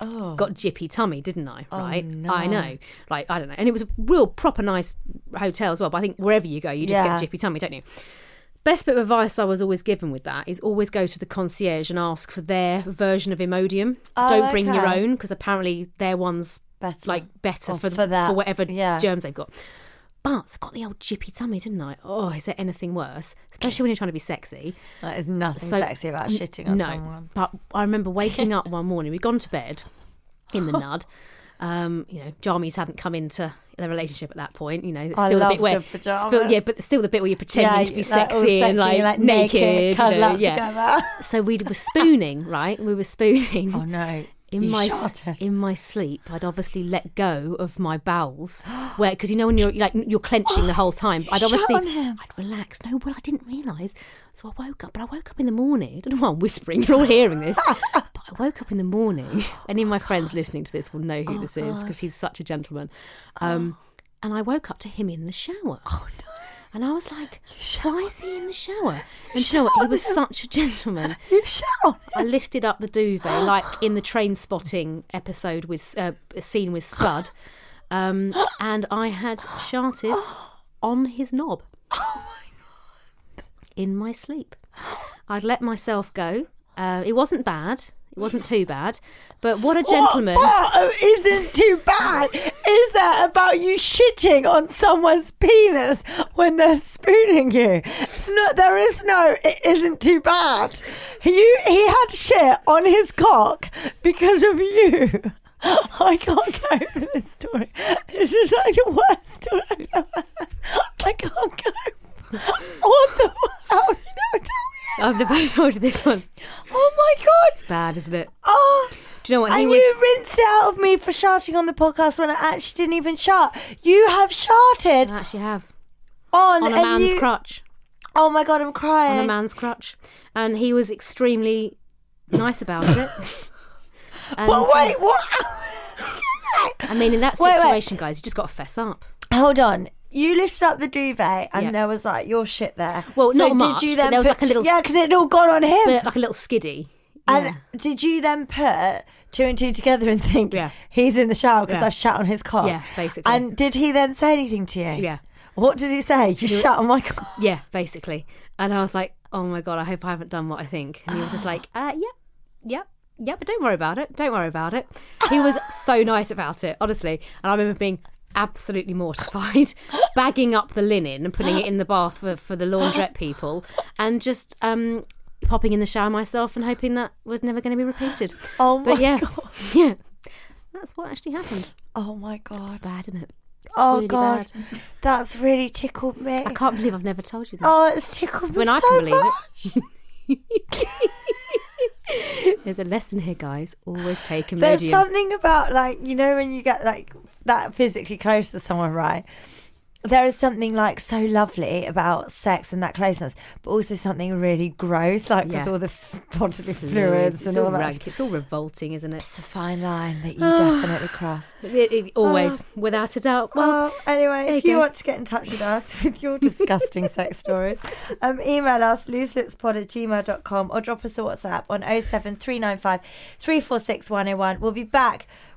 S3: got jippy tummy, didn't I? Right, I know. Like I don't know, and it was a real proper nice hotel as well. But I think wherever you go, you just
S4: Yeah.
S3: get jippy tummy, don't you? Best bit of advice I was always given with that is always go to the concierge and ask for their version of Imodium. Don't bring your
S4: Oh, okay.
S3: own because apparently their one's
S4: Better.
S3: like better
S4: Or
S3: for,
S4: for that.
S3: for whatever
S4: Yeah.
S3: germs they've got. But I got the old jippy tummy, didn't I? Oh, is there anything worse? Especially when you're trying to be sexy.
S4: There's nothing
S3: So-
S4: sexy about shitting on
S3: no,
S4: someone.
S3: but I remember waking up one morning. We'd gone to bed in the nud. Um, you know, jammies hadn't come into the relationship at that point. You know, it's
S4: I
S3: still
S4: love
S3: the bit where,
S4: good pajamas.
S3: still- yeah, but still the bit where you're pretending
S4: Yeah,
S3: to be
S4: you're, like,
S3: sexy,
S4: all sexy,
S3: and like,
S4: you're, like,
S3: naked,
S4: naked,
S3: you
S4: cuddle
S3: know,
S4: up
S3: yeah.
S4: together.
S3: so we were spooning, right? We were spooning.
S4: Oh no.
S3: In
S4: you
S3: my s-
S4: sharted.
S3: in my sleep, I'd obviously let go of my bowels, where because you know when you're like you're clenching the whole time. I'd
S4: shut
S3: obviously
S4: on him.
S3: I'd relax. No, well I didn't realise, so I woke up. But I woke up in the morning. I don't know why I'm whispering. You're all hearing this. but I woke up in the morning. Any of Oh my Oh friends listening to this will know who this is because he's such a gentleman. Um, And I woke up to him in the shower. Oh no. And I was like, why is he in the shower? And you know what? He was such a gentleman.
S4: You shall.
S3: I lifted up the duvet like in the train spotting episode with uh, a scene with Spud, um, and I had sharted on his knob. Oh my god! In my sleep, I'd let myself go. Uh, it wasn't bad. It wasn't too bad. But what a gentleman!
S4: What part of isn't too bad is that about you shitting on someone's penis when they're spooning you? It's not, there is no, it isn't too bad. You, he had shit on his cock because of you. I can't go with this story. This is like the worst story I've ever had. I can't go. What the hell? You never tell me.
S3: I've never told you this one.
S4: Oh my god.
S3: Bad, isn't it?
S4: Oh.
S3: Do you know what he
S4: and
S3: was?
S4: you rinsed it out of me for shouting on the podcast when I actually didn't even shout. You have shouted
S3: I actually have
S4: on,
S3: Uh, on a
S4: and
S3: man's
S4: you-
S3: crutch.
S4: Oh my god, I'm crying.
S3: on a man's crutch, and he was extremely nice about it. And, uh,
S4: Well, wait, what?
S3: I mean, in that
S4: Wait, wait.
S3: situation, guys, you just got to fess up.
S4: Hold on. You lifted up the duvet, and
S3: Yeah.
S4: there was like your shit there.
S3: Well,
S4: so
S3: not
S4: did
S3: much,
S4: You
S3: but
S4: then
S3: there was, like, a
S4: put-
S3: little-
S4: Yeah, because it all gone on him.
S3: But like a little skiddy.
S4: and
S3: Yeah.
S4: did you then put two and two together and think
S3: Yeah.
S4: he's in the shower because
S3: Yeah.
S4: I've shut on his cock?
S3: Yeah, basically.
S4: And did he then say anything to you?
S3: Yeah.
S4: What did he say? You shut on my cock.
S3: Yeah, basically. And I was like, oh my God, I hope I haven't done what I think. And he was just like, uh, yep, yep, yep, but don't worry about it. Don't worry about it. He was so nice about it, honestly. And I remember being absolutely mortified, bagging up the linen and putting it in the bath for, for the laundrette people and just um, popping in the shower myself and hoping that was never going to be repeated.
S4: Oh
S3: but
S4: my
S3: yeah,
S4: God.
S3: yeah. That's what actually happened.
S4: Oh my god.
S3: Bad, isn't it?
S4: Oh
S3: really
S4: God,
S3: bad.
S4: that's really tickled me.
S3: I can't believe I've never told you that.
S4: Oh, it's tickled me
S3: when
S4: so
S3: I can believe
S4: much.
S3: it. There's a lesson here, guys. Always take a
S4: There's
S3: medium.
S4: something about like you know when you get like that physically close to someone, right? There is something like so lovely about sex and that closeness, but also something really gross, like
S3: Yeah.
S4: with all the f- bodily
S3: Fluids.
S4: fluids
S3: It's
S4: and
S3: all
S4: all that.
S3: rank. It's all revolting, isn't it?
S4: It's a fine line that you definitely cross.
S3: It- it- always, without a doubt. Well,
S4: Well, Oh. anyway,
S3: there
S4: if
S3: you
S4: you
S3: go.
S4: want to get in touch with us with your disgusting sex stories, um, email us looselipspod at gmail.com or drop us a WhatsApp on 07395 346 101. We'll be back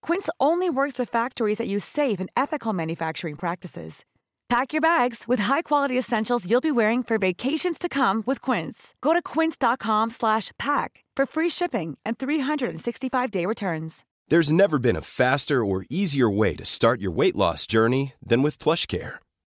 S7: Quince only works with factories that use safe and ethical manufacturing practices. Pack your bags with high-quality essentials you'll be wearing for vacations to come with Quince. Go to quince.com/pack for free shipping and 365-day returns.
S8: There's never been a faster or easier way to start your weight loss journey than with PlushCare.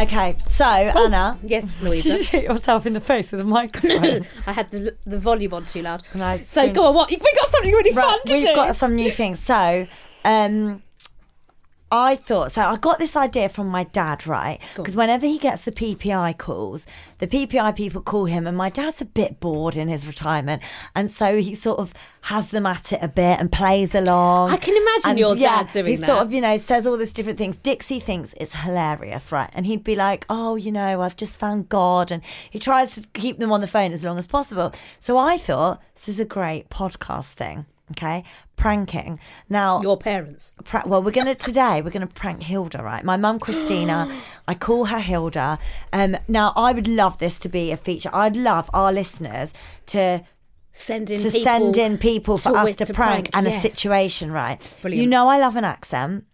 S4: Okay, so Anna,
S3: yes,
S4: you
S3: Oh. Louisa.
S4: hit yourself in the face with a microphone.
S3: I had the, the volume on too loud.
S4: And I've
S3: So
S4: been-
S3: go on. What we got something really fun to
S4: we've
S3: do.
S4: got some new things. So, um, I thought so. I got this idea from my dad, right? Because whenever he gets the PPI calls, the PPI people call him, and my dad's a bit bored in his retirement, and so he sort of has them at it a bit and plays along.
S3: I can imagine
S4: And,
S3: your
S4: yeah,
S3: dad doing
S4: he
S3: that.
S4: Sort of, you know, says all this different things. Dixie thinks it's hilarious, right? And he'd be like, "Oh, you know, I've just found God," and he tries to keep them on the phone as long as possible. So I thought this is a great podcast thing. Okay, pranking. Now,
S3: Your parents.
S4: pra- well, we're gonna today we're gonna prank Hilda, right? My mum Christina, I call her Hilda. Um, now I would love this to be a feature. I'd love our listeners to
S3: Send in
S4: to
S3: people
S4: send in people for us
S3: with-
S4: to, prank, and
S3: yes.
S4: a situation, right?
S3: Brilliant.
S4: You know, I love an accent.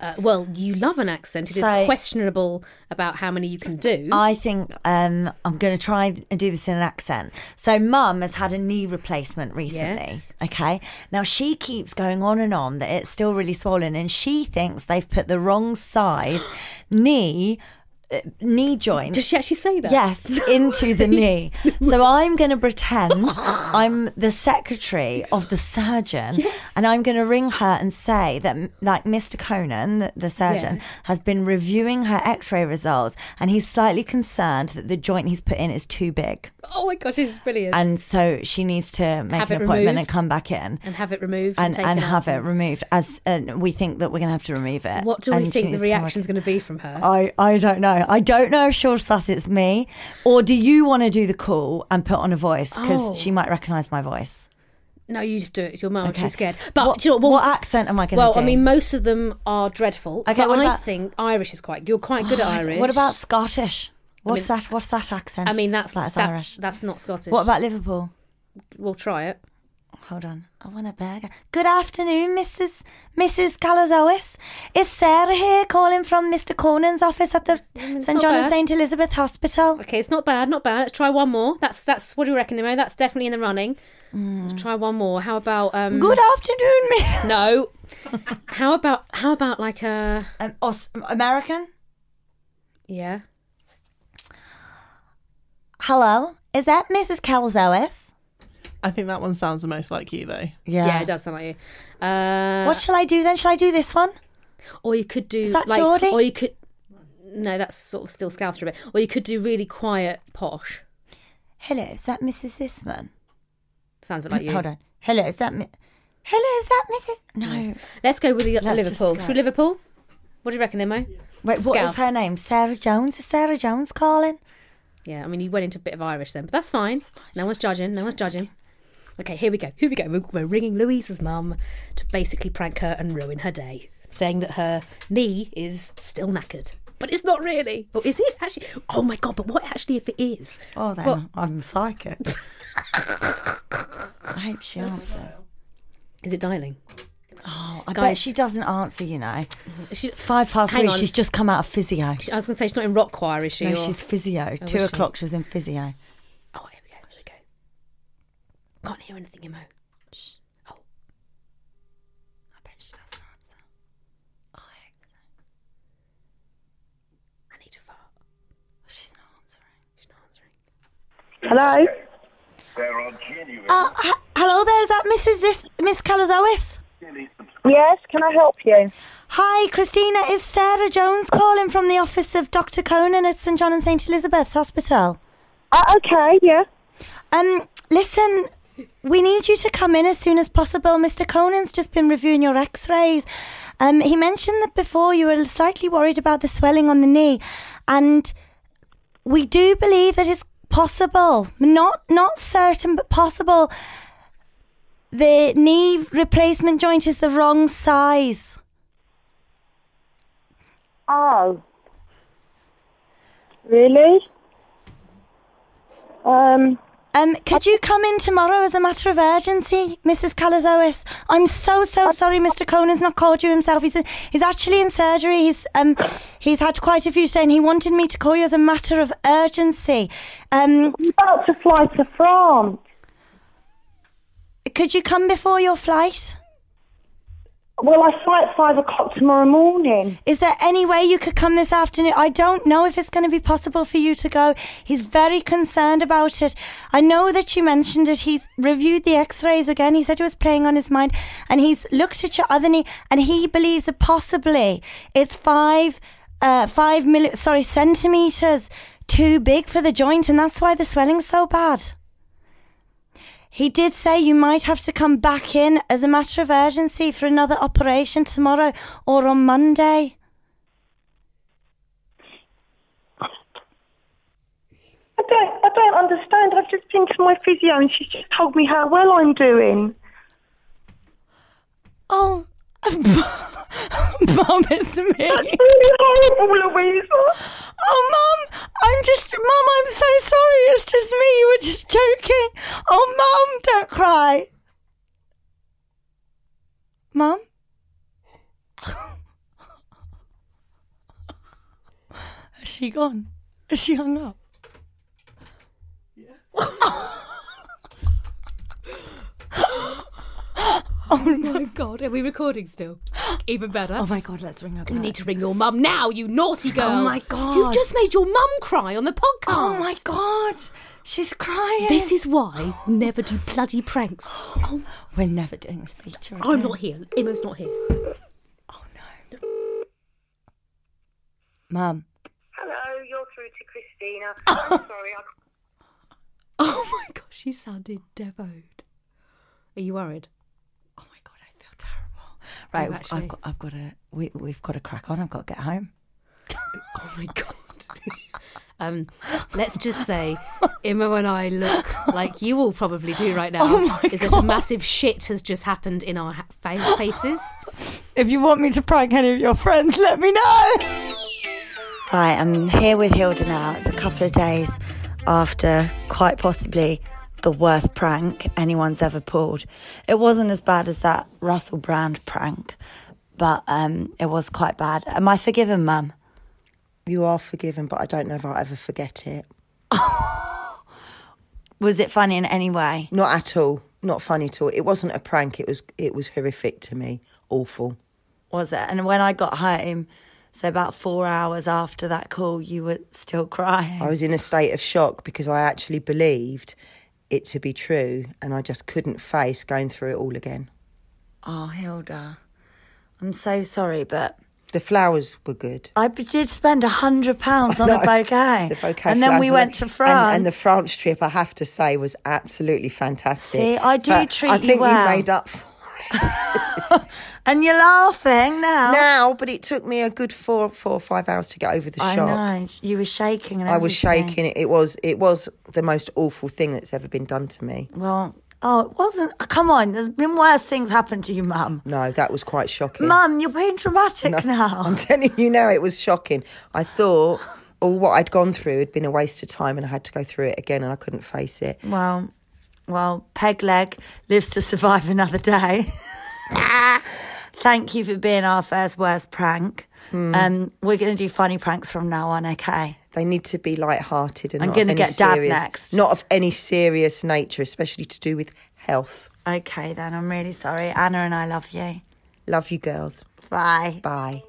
S3: Uh, well, you love an accent. It is
S4: So-
S3: questionable about how many you can do.
S4: I think um, I'm going to try and do this in an accent. So, mum has had a knee replacement recently.
S3: Yes.
S4: Okay. Now, she keeps going on and on that it's still really swollen, and she thinks they've put the wrong size knee. uh, Knee joint.
S3: Does she actually say that?
S4: Yes, into the knee. So I'm going to pretend I'm the secretary of the surgeon, and I'm going to ring her and say that, m- like Mr. Conan, the, the surgeon, has been reviewing her X-ray results, and he's slightly concerned that the joint he's put in is too big,
S3: Oh my gosh, this is brilliant.
S4: and so she needs to make
S3: Have
S4: an
S3: it
S4: appointment and
S3: removed.
S4: come back in.
S3: and have it removed
S4: And,
S3: taken
S4: and
S3: out.
S4: have it removed as and we think that we're going to have to remove it.
S3: What do we
S4: And she
S3: think
S4: needs
S3: the
S4: to come back Oh.
S3: reaction's
S4: in.
S3: going to be from her?
S4: I, I don't know. I don't know if she'll suss it's me, or do you want to do the call and put on a voice because
S3: Oh.
S4: she might recognise my voice?
S3: no, you just do it. It's your mum. I'm
S4: Okay.
S3: too scared. But
S4: What-
S3: do you know
S4: what accent am I gonna
S3: Well, I
S4: do?
S3: mean, most of them are dreadful.
S4: Okay,
S3: but
S4: what
S3: I
S4: about- Oh,
S3: think Irish is quite. You're quite good at Irish.
S4: What about Scottish? What's
S3: mean-
S4: that? What's that accent?
S3: I mean, that's
S4: that's
S3: that-
S4: Irish.
S3: That's not Scottish.
S4: What about Liverpool?
S3: We'll try it.
S4: Hold on. I want a burger. Good afternoon, Mrs. Mrs. Calazois. Is Sarah here calling from Mr. Conan's office at the
S3: Mm,
S4: St.
S3: not
S4: John and
S3: bad.
S4: St. Elizabeth Hospital?
S3: Okay, it's not bad. Not bad. Let's try one more. That's that's what do you reckon, Imo? That's definitely in the running. Let's try one more. How about um?
S4: Mm. Good afternoon, Miss.
S3: No. how about how about like a
S4: Um, Aus- American?
S3: Yeah.
S4: Hello, is that Mrs. Calzois?
S5: I think that one sounds the most like you, though.
S3: Yeah. it does sound like you. Uh,
S4: What shall I do then? Shall I do this one?
S3: Or you could do
S4: Is that
S3: like,
S4: Geordie?
S3: or you could no, that's sort of still scouser a bit. Or you could do really quiet posh.
S4: Hello, is that Mrs. Isman?
S3: Sounds a bit like you.
S4: Hold on. Hello, is that mi- Hello, is that Mrs. No.
S3: Let's go with the
S4: Let's just
S3: Liverpool.
S4: go.
S3: Should we Liverpool? What do you reckon, Emo?
S4: Wait, what is
S3: Scouse.
S4: her name? Sarah Jones? Is Sarah Jones calling?
S3: Yeah, I mean, you went into a bit of Irish then, but that's fine. No one's judging. No one's judging. Okay, here we go. Here we go. We're, we're ringing Louise's mum to basically prank her and ruin her day, saying that her knee is still knackered. But it's not really. Or is it actually? Oh my god! But what actually if it is?
S4: Oh, then
S3: What?
S4: I'm psychic. I hope she answers.
S3: Is it dialing?
S4: Oh, I bet
S3: Guys-
S4: she doesn't answer, you know.
S3: She,
S4: It's five past
S3: Hang
S4: three.
S3: on.
S4: She's just come out of physio.
S3: I was going to say she's not in rock choir, is she?
S4: no,
S3: or-
S4: she's physio.
S3: Oh,
S4: Two
S3: is she?
S4: o'clock, she was in physio.
S3: Oh, here we go. Here we go. Can't hear anything, Emo. Oh.
S4: I bet she doesn't answer.
S3: Oh, I need to fart.
S4: She's not answering.
S3: She's not answering.
S9: Hello.
S4: Uh, h- hello there. Is that Mrs. This Miss Calazois?
S9: Yes, can I help you?
S4: Hi, Christina. Is Sarah Jones calling from the office of Dr. Conan at St John and St Elizabeth's Hospital?
S9: Uh, okay, yeah.
S4: Um, listen, we need you to come in as soon as possible. Mr. Conan's just been reviewing your x rays. Um, he mentioned that before you were slightly worried about the swelling on the knee, and we do believe that it's possible, not, not certain, but possible. The knee replacement joint is the wrong size.
S9: Oh. Really? Um,
S4: Um, could you come in tomorrow as a matter of urgency, Mrs. Calazois? I'm so so sorry, Mr. Conan's not called you himself. He's he's actually in surgery. He's um he's had quite a few today, and he wanted me to call you as a matter of urgency. Um,
S9: I'm about to fly to France.
S4: could you come before your flight?
S9: Well, I fly at five o'clock tomorrow morning.
S4: Is there any way you could come this afternoon? I don't know if it's going to be possible for you to go. He's very concerned about it. I know that you mentioned it. He's reviewed the x rays again. He said it was playing on his mind. And he's looked at your other knee and he believes that possibly it's five, uh, five milli, sorry, centimeters too big for the joint. And that's why the swelling's so bad. He did say you might have to come back in as a matter of urgency for another operation tomorrow or on Monday.
S9: I don't, I don't understand. I've just been to my physio and she's just told me how well I'm doing.
S4: Oh, Mum, it's
S9: That's
S4: me.
S9: really horrible, Louisa.
S4: Oh, Mum, I'm just, Mum, I'm so sorry. It's just me. You were just joking. Oh, Mum, don't cry. Mum? Has she gone? Has she hung up?
S3: Oh my god, are we recording still? Even better.
S4: Oh my God, let's ring her back.
S3: We need to ring your mum now, you naughty girl.
S4: Oh my God.
S3: You've just made your mum cry on the podcast.
S4: Oh my god, she's crying.
S3: This is why we never do bloody pranks.
S4: we're never doing this feature.
S3: I'm
S4: again.
S3: not here. Emo's not here.
S4: Oh, Mum.
S1: Hello, you're through to Christina. I'm sorry, I
S3: Oh my gosh, she sounded devoed. Are you worried?
S4: Oh my god, I feel terrible.
S3: Do
S4: Right,
S3: actually.
S4: I've got, I've got to. We, we've got to crack on. I've got to get home.
S3: Oh my god. um, let's just say, Imo and I look like you all probably do right now.
S4: Oh my
S3: is that a
S4: God.
S3: massive shit has just happened in our ha- fa- faces?
S4: If you want me to prank any of your friends, let me know. Right, I'm here with Hilda now. It's a couple of days after quite possibly the worst prank anyone's ever pulled. It wasn't as bad as that Russell Brand prank, but um, it was quite bad. Am I forgiven, Mum?
S1: You are forgiven, but I don't know if I'll ever forget it.
S4: Was it funny in any way?
S1: Not at all. Not funny at all. It wasn't a prank. It was. It was horrific to me. Awful.
S4: was it? And when I got home, So about four hours after that call, you were still crying.
S1: I was in a state of shock because I actually believed it to be true and I just couldn't face going through it all again.
S4: Oh, Hilda, I'm so sorry, but
S1: The flowers were good.
S4: I b- did spend a hundred pounds on a
S1: No,
S4: bouquet.
S1: the bouquet
S4: and then
S1: flowers
S4: we
S1: were-
S4: went to
S1: and-
S4: France.
S1: And, the France trip, I have to say, was absolutely fantastic.
S4: See, I do
S1: But
S4: treat
S1: I
S4: you
S1: think
S4: well.
S1: you made up for
S4: and you're laughing now.
S1: Now, but it took me a good four, four or five hours to get over the
S4: I
S1: shock.
S4: know you were shaking. And
S1: I was
S4: everything.
S1: shaking. It was it was the most awful thing that's ever been done to me.
S4: Well, oh, it wasn't. oh, Come on, there's been worse things happen to you, Mum.
S1: No, that was quite shocking.
S4: Mum, you're being dramatic now.
S1: I'm telling you now, it was shocking. I thought all what I'd gone through had been a waste of time, and I had to go through it again, and I couldn't face it.
S4: Well, well, Peg Leg lives to survive another day. Thank you for being our first worst prank. Um, we're going to do funny pranks from now on, okay?
S1: They need to be light-hearted and
S4: I'm
S1: not
S4: gonna
S1: of any
S4: get Dad
S1: serious-
S4: next.
S1: Not of any serious nature, especially to do with health.
S4: Okay, then. I'm really sorry. Anna and I love you.
S1: Love you, girls.
S4: Bye.
S1: Bye.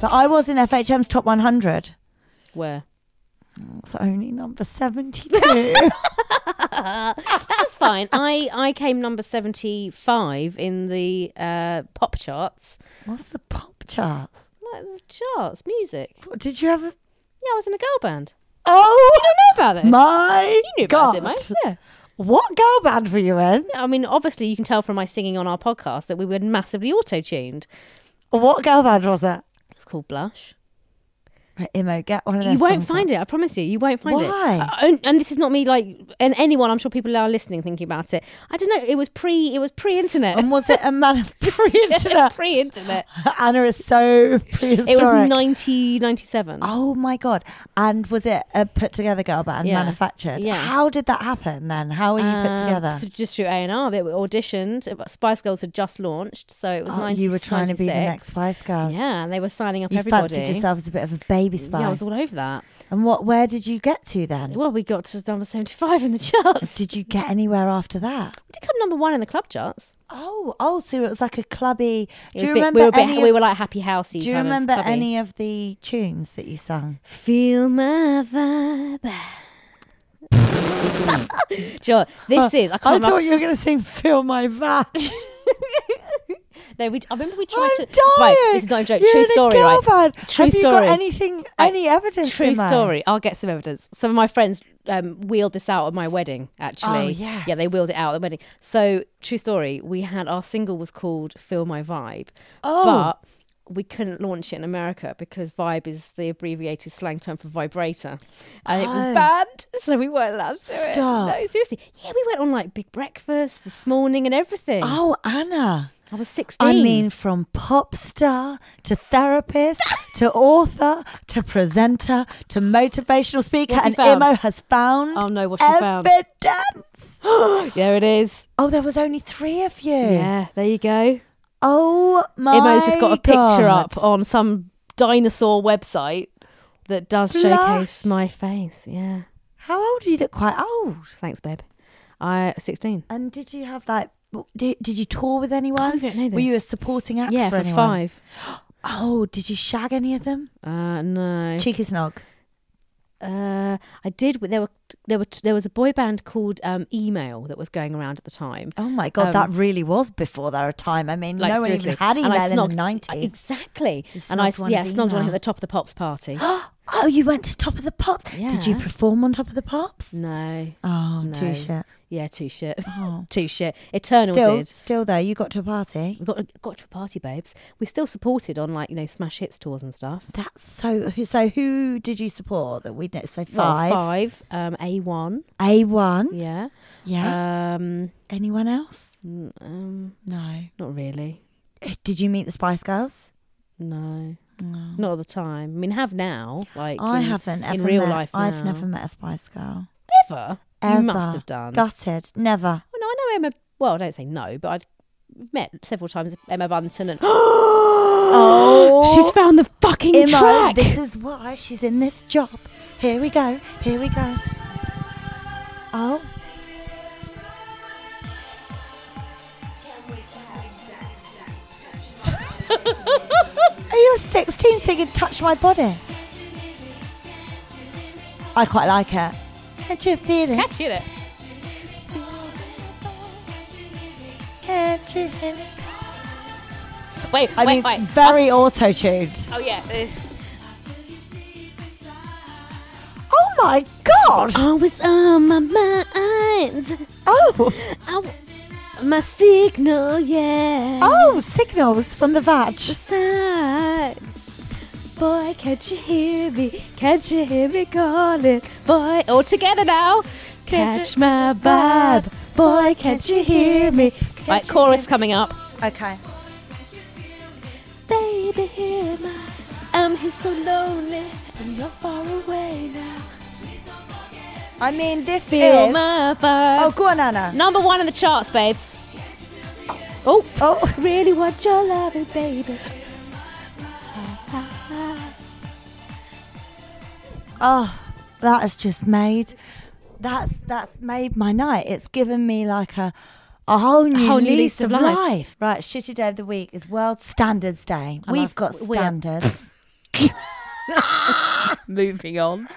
S4: But I was in FHM's top 100.
S3: Where?
S4: It's only number 72.
S3: That's fine. I I came number seventy five in the uh, pop charts.
S4: What's the pop charts?
S3: Like the charts, music.
S4: What, did you have a
S3: Yeah, I was in a girl band.
S4: Oh!
S3: You don't know about this?
S4: My
S3: you knew
S4: God.
S3: about it, mate. Yeah.
S4: What girl band were you in?
S3: I mean, obviously, you can tell from my singing on our podcast that we were massively auto-tuned.
S4: What girl band was that?
S3: It's called Blush.
S4: Right, Imo, get one of those.
S3: You won't
S4: songs
S3: find it. I promise you. You won't find it.
S4: Why?
S3: Uh, And, and this is not me. Like, and anyone, I'm sure people are listening, thinking about it. I don't know. It was pre. It was pre-internet.
S4: And was it a man of pre-internet?
S3: pre-internet.
S4: Anna is so prehistoric.
S3: It was 1997.
S4: Oh my god! And was it a put together girl band
S3: Yeah.
S4: manufactured?
S3: Yeah.
S4: How did that happen then? How were you put
S3: Uh,
S4: together?
S3: th- just through A and R. They were auditioned. uh, but Spice Girls had just launched, so it was.
S4: Oh,
S3: 90,
S4: you were trying to be the
S3: 96.
S4: next Spice Girls.
S3: Yeah, and they were signing up
S4: You
S3: everybody.
S4: fancied yourself as a bit of a baby Spice.
S3: Yeah, I was all over that.
S4: and what? Where did you get to then?
S3: Well, we got to number 75 in the charts.
S4: Did you get anywhere after that?
S3: We did come number one in the club charts.
S4: Oh, oh, so it was like a clubby. do you
S3: It was a bit-
S4: remember
S3: we were, a bit-
S4: any?
S3: we
S4: of,
S3: were like happy housey.
S4: do you
S3: kind of
S4: remember
S3: clubby.
S4: any of the tunes that you sung?
S3: Feel my vibe. Joe, this is. I can't
S4: Uh, I
S3: remember-
S4: thought you were going to sing "Feel My Vibe."
S3: No, we, I remember we tried
S4: I'm
S3: to.
S4: dying.
S3: Right, this is not a joke.
S4: You're
S3: True
S4: in a
S3: story,
S4: girl
S3: right?
S4: band.
S3: True
S4: Have
S3: story.
S4: you got anything, any evidence?
S3: True
S4: in there?
S3: story. I'll get some evidence. Some of my friends um, wheeled this out at my wedding. Actually,
S4: Oh, yes.
S3: yeah, they wheeled it out at the wedding. So, true story. We had our single was called "Feel My Vibe,"
S4: Oh.
S3: but we couldn't launch it in America because "vibe" is the abbreviated slang term for vibrator, and it was
S4: Oh.
S3: banned, so we weren't allowed to do it.
S4: Stop.
S3: No, seriously. Yeah, we went on like Big Breakfast this morning and everything.
S4: Oh, Anna.
S3: I was sixteen.
S4: I mean, from pop star to therapist to author to presenter to motivational speaker,
S3: What have
S4: and
S3: you found?
S4: Imo has found
S3: Oh, no, what she found?
S4: evidence.
S3: there it is.
S4: Oh, there was only three of you.
S3: Yeah, there you go.
S4: Oh my!
S3: Imo's just got a picture
S4: God.
S3: up on some dinosaur website that does
S4: Blush.
S3: showcase my face. Yeah.
S4: How old? You look quite old.
S3: Thanks, babe. I 16.
S4: And did you have like? Did, did you tour with anyone?
S3: I don't know
S4: Were you a
S3: this.
S4: supporting act
S3: yeah,
S4: for
S3: for,
S4: anyone?
S3: five.
S4: Oh, did you shag any of them?
S3: Uh, no.
S4: Cheeky snog.
S3: Uh, I did. but There were there were there was a boy band called um, Email that was going around at the time.
S4: Oh my god,
S3: Um,
S4: that really was before their time. I mean,
S3: Like
S4: no one
S3: seriously,
S4: even had
S3: And I
S4: email in the
S3: snogged-
S4: nineties.
S3: Exactly.
S4: You
S3: And I
S4: snogged one
S3: yeah
S4: of
S3: snogged one
S4: Email.
S3: at the top of the pops party.
S4: oh, you went to Top of the Pops. Did you
S3: Yeah.
S4: perform on Top of the Pops?
S3: no.
S4: Oh,
S3: no.
S4: too shit.
S3: Yeah, too shit.
S4: Oh.
S3: too shit. Eternal
S4: still,
S3: did.
S4: still though, you got to a party.
S3: We got got to a party, babes. We still supported on like you know smash hits tours and stuff.
S4: That's so. So, who did you support that we know? So
S3: Well,
S4: five,
S3: five, Uh, um, A one,
S4: A one.
S3: yeah,
S4: Yeah.
S3: Um,
S4: Anyone else?
S3: n- um,
S4: No.
S3: not really,
S4: Did you meet the Spice Girls?
S3: no. Not at the time. I mean, have now. Like
S4: I
S3: in-
S4: haven't ever
S3: in real
S4: met,
S3: life.
S4: I've
S3: now.
S4: never met a Spice Girl.
S3: ever.
S4: Ever.
S3: You must have done.
S4: Gutted. Never.
S3: Well, no, I know Emma. Well, I don't say no, but I'd met several times Emma Bunton, and
S4: Oh.
S3: she's found the fucking
S4: Emma,
S3: track.
S4: This is why she's in this job. Here we go. Here we go. Oh. Are you 16
S1: can touch my body. I quite like it. Can't you feel it?
S5: Catchy, is it?
S1: Can't you feel it?
S5: Wait,
S1: I
S5: wait,
S1: mean,
S5: wait.
S1: very auto tuned.
S5: Oh yeah. Uh,
S1: Oh my god!
S5: I was on my mind.
S1: Oh!
S5: my signal, yeah.
S1: Oh, signals from the vag.
S5: Side. Boy, can't you hear me? Can't you hear me calling? Boy, all together now. Catch my vibe. Boy, can't you hear me? right, chorus coming up.
S1: Okay.
S5: Baby, hear my. I'm here so lonely, and you're far away now.
S1: I mean, this
S5: Feel
S1: is.
S5: my vibe.
S1: Oh, go on, Anna.
S5: Number one in the charts, babes. Oh,
S1: oh,
S5: really want your loving, baby.
S1: Oh, that has just made that's that's made my night. It's given me like a a whole new,
S5: whole new
S1: lease, of, life.
S5: life.
S1: Right, shitty day of the week is World Standards Day.
S5: I
S1: We've
S5: love-
S1: got
S5: we are-
S1: standards.
S5: Moving on.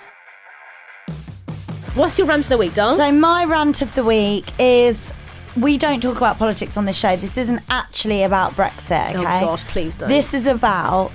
S5: What's your rant of the week, darling?
S4: So my rant of the week is we don't talk about politics on this show. This isn't actually about Brexit, okay?
S3: Oh, gosh, please don't.
S4: This is about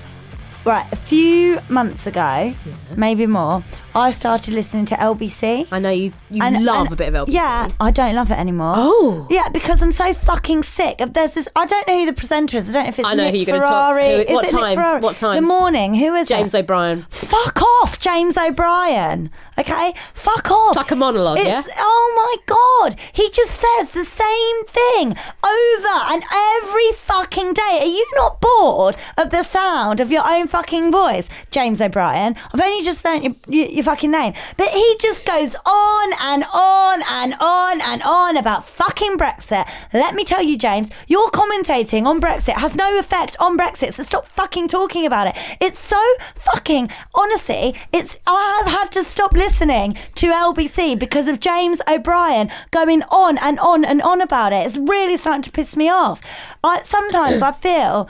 S4: right, a few months ago, maybe more, I started listening to LBC.
S3: I know you, you love a bit of LBC.
S4: Yeah, I don't love it anymore. Oh. Yeah, because I'm so fucking sick. of- There's this I don't know who the presenter is. I don't know if it's
S3: I know
S4: Nick
S3: who you're going to talk.
S4: Ferrari.
S3: Who,
S4: Is
S3: what
S4: it Nick
S3: time?
S4: Ferrari?
S3: What time?
S4: The morning. Who is
S3: James
S4: it?
S3: O'Brien.
S4: Fuck off, James O'Brien. Okay? Fuck off.
S3: It's like a monologue, yeah?
S4: It's- Oh my god, he just says the same thing over and every fucking day. Are you not bored of the sound of your own fucking voice, James O'Brien? I've only just learnt your, your, your fucking name, but he just goes on and on and on and on about fucking Brexit. Let me tell you, James, your commentating on Brexit has no effect on Brexit. So stop fucking talking about it. It's so fucking honestly. It's I have had to stop listening to LBC because of James O'Brien going on and on and on about it. It's really starting to piss me off. I sometimes I feel.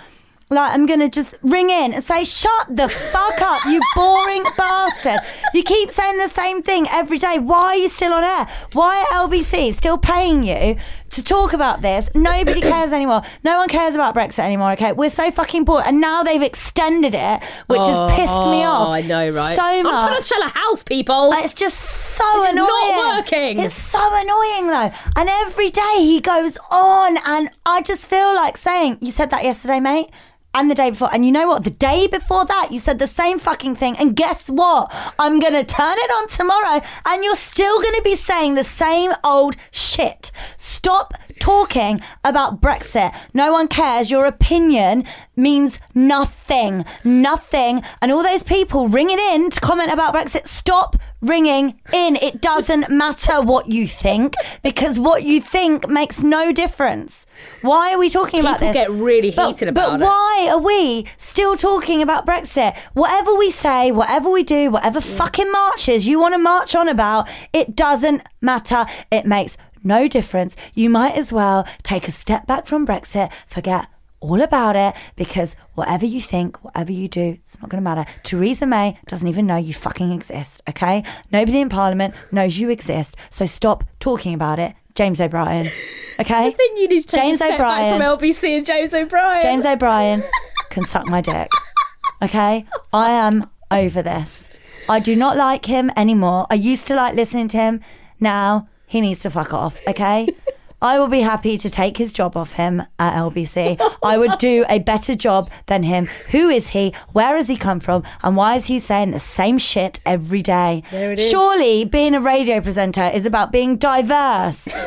S4: Like I'm gonna just ring in and say, "Shut the fuck up, you boring bastard! You keep saying the same thing every day. Why are you still on air? Why are LBC still paying you to talk about this? Nobody cares anymore. No one cares about Brexit anymore. Okay, we're so fucking bored, and now they've extended it, which has pissed me off.
S3: Oh, I know, right?
S4: So
S3: I'm
S4: much.
S3: trying to sell a house, people.
S4: It's just so
S3: This is
S4: annoying.
S3: not working.
S4: It's so annoying though. And every day he goes on, and I just feel like saying, "You said that yesterday, mate." And the day before, and you know what? The day before that, you said the same fucking thing. And guess what? I'm gonna turn it on tomorrow, and you're still gonna be saying the same old shit. Stop talking about Brexit. No one cares. Your opinion means nothing. Nothing. And all those people ringing in to comment about Brexit, stop ringing in. It doesn't matter what you think because what you think makes no difference. Why are we talking about
S3: People
S4: this?
S3: get really
S4: But-
S3: heated
S4: but
S3: about it.
S4: why are we still talking about Brexit? Whatever we say, whatever we do, whatever fucking marches you want to march on about, it doesn't matter. It makes no difference. You might as well take a step back from Brexit, forget all about it, because whatever you think, whatever you do, it's not going to matter. Theresa May doesn't even know you fucking exist, okay? Nobody in Parliament knows you exist, so stop talking about it. James O'Brien, okay?
S3: I think you need to take
S4: James
S3: a step
S4: O'Brien.
S3: back from LBC and James O'Brien.
S4: James O'Brien can suck my dick. Okay? I am over this. I do not like him anymore. I used to like listening to him. Now he needs to fuck off. Okay? I will be happy to take his job off him at LBC. I would do a better job than him. Who is he? Where has he come from? And why is he saying the same shit every day? There it is. Surely being a radio presenter is about being diverse.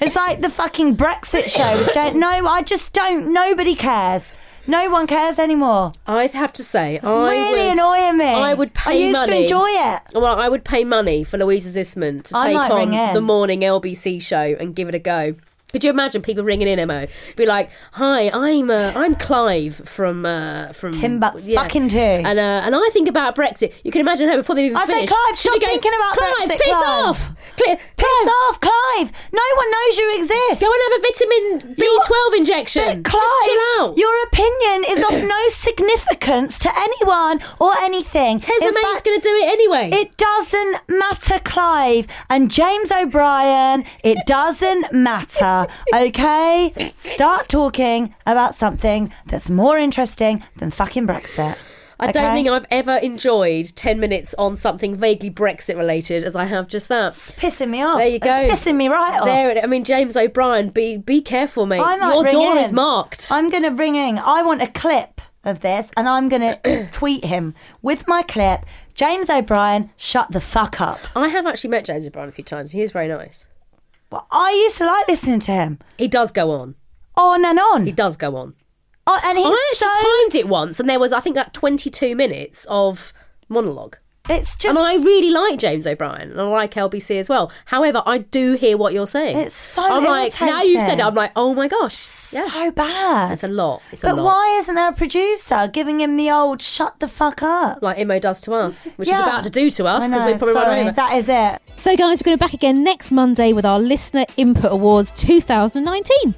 S4: It's like the fucking Brexit show. With Jane. No, I just don't. Nobody cares. No one cares anymore.
S3: I have to say, it's I
S4: really
S3: would,
S4: annoying me.
S3: I would
S4: I
S3: pay
S4: used to
S3: money
S4: enjoy it.
S3: Well, I would pay money for Louisa Zisman to
S4: I
S3: take
S4: might ring in.
S3: on the morning LBC show and give it a go. Could you imagine people ringing in, Mo? Be like, "Hi, I'm uh, I'm Clive from uh, from
S4: Timbuk-
S3: yeah.
S4: fucking two.
S3: and uh, and I think about Brexit." You can imagine her before they even
S4: I say,
S3: finished.
S4: "Clive,
S3: she'll be
S4: stop
S3: going,
S4: thinking about
S3: Clive,
S4: Brexit,
S3: piss
S4: Clive."
S3: off, Cli- Clive,
S4: piss off, Clive. No one knows you exist.
S3: Go and have a vitamin B12 injection.
S4: But Clive, your opinion is of no significance to anyone or anything.
S3: Tessa May's going to do it anyway.
S4: It doesn't matter, Clive. And James O'Brien, it doesn't matter. Okay? Start talking about something that's more interesting than fucking Brexit.
S3: I don't
S4: okay?
S3: think I've ever enjoyed 10 minutes on something vaguely Brexit related as I have just that. It's
S4: pissing me off.
S3: There you go.
S4: It's pissing me right off.
S3: There, it- I mean, James O'Brien, be be careful, mate.
S4: I might
S3: Your
S4: ring
S3: door
S4: in.
S3: is marked.
S4: I'm going to ring in. I want a clip of this and I'm going to tweet him with my clip James O'Brien, shut the fuck up.
S3: I have actually met James O'Brien a few times. He is very nice.
S4: Well, I used to like listening to him.
S3: He does go on.
S4: On and on.
S3: He does go on.
S4: Oh, and he's
S3: I
S4: so.
S3: actually timed it once, and there was I think like 22 minutes of monologue.
S4: It's just.
S3: and I really like James O'Brien, and I like LBC as well. However, I do hear what you're saying.
S4: It's so
S3: I'm "Oh, like now you've said it.
S4: irritating.
S3: I'm like, oh my gosh, yeah.
S4: so bad.
S3: It's a lot. It's a
S4: But
S3: lot.
S4: why isn't there a producer giving him the old shut the fuck up?
S3: Like Imo does to us, which
S4: Yeah.
S3: is about to do to us
S4: I
S3: because
S4: know,
S3: we probably
S4: sorry,
S3: run over.
S4: That is it.
S10: So, guys, we're going to be back again next Monday with our Listener Input Awards 2019.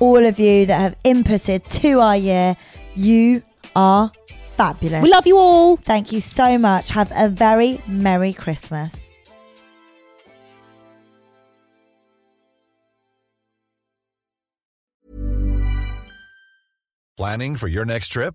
S4: All of you that have inputted to our year, you are fabulous.
S10: We love you all.
S4: Thank you so much. Have a very Merry Christmas.
S11: Planning for your next trip?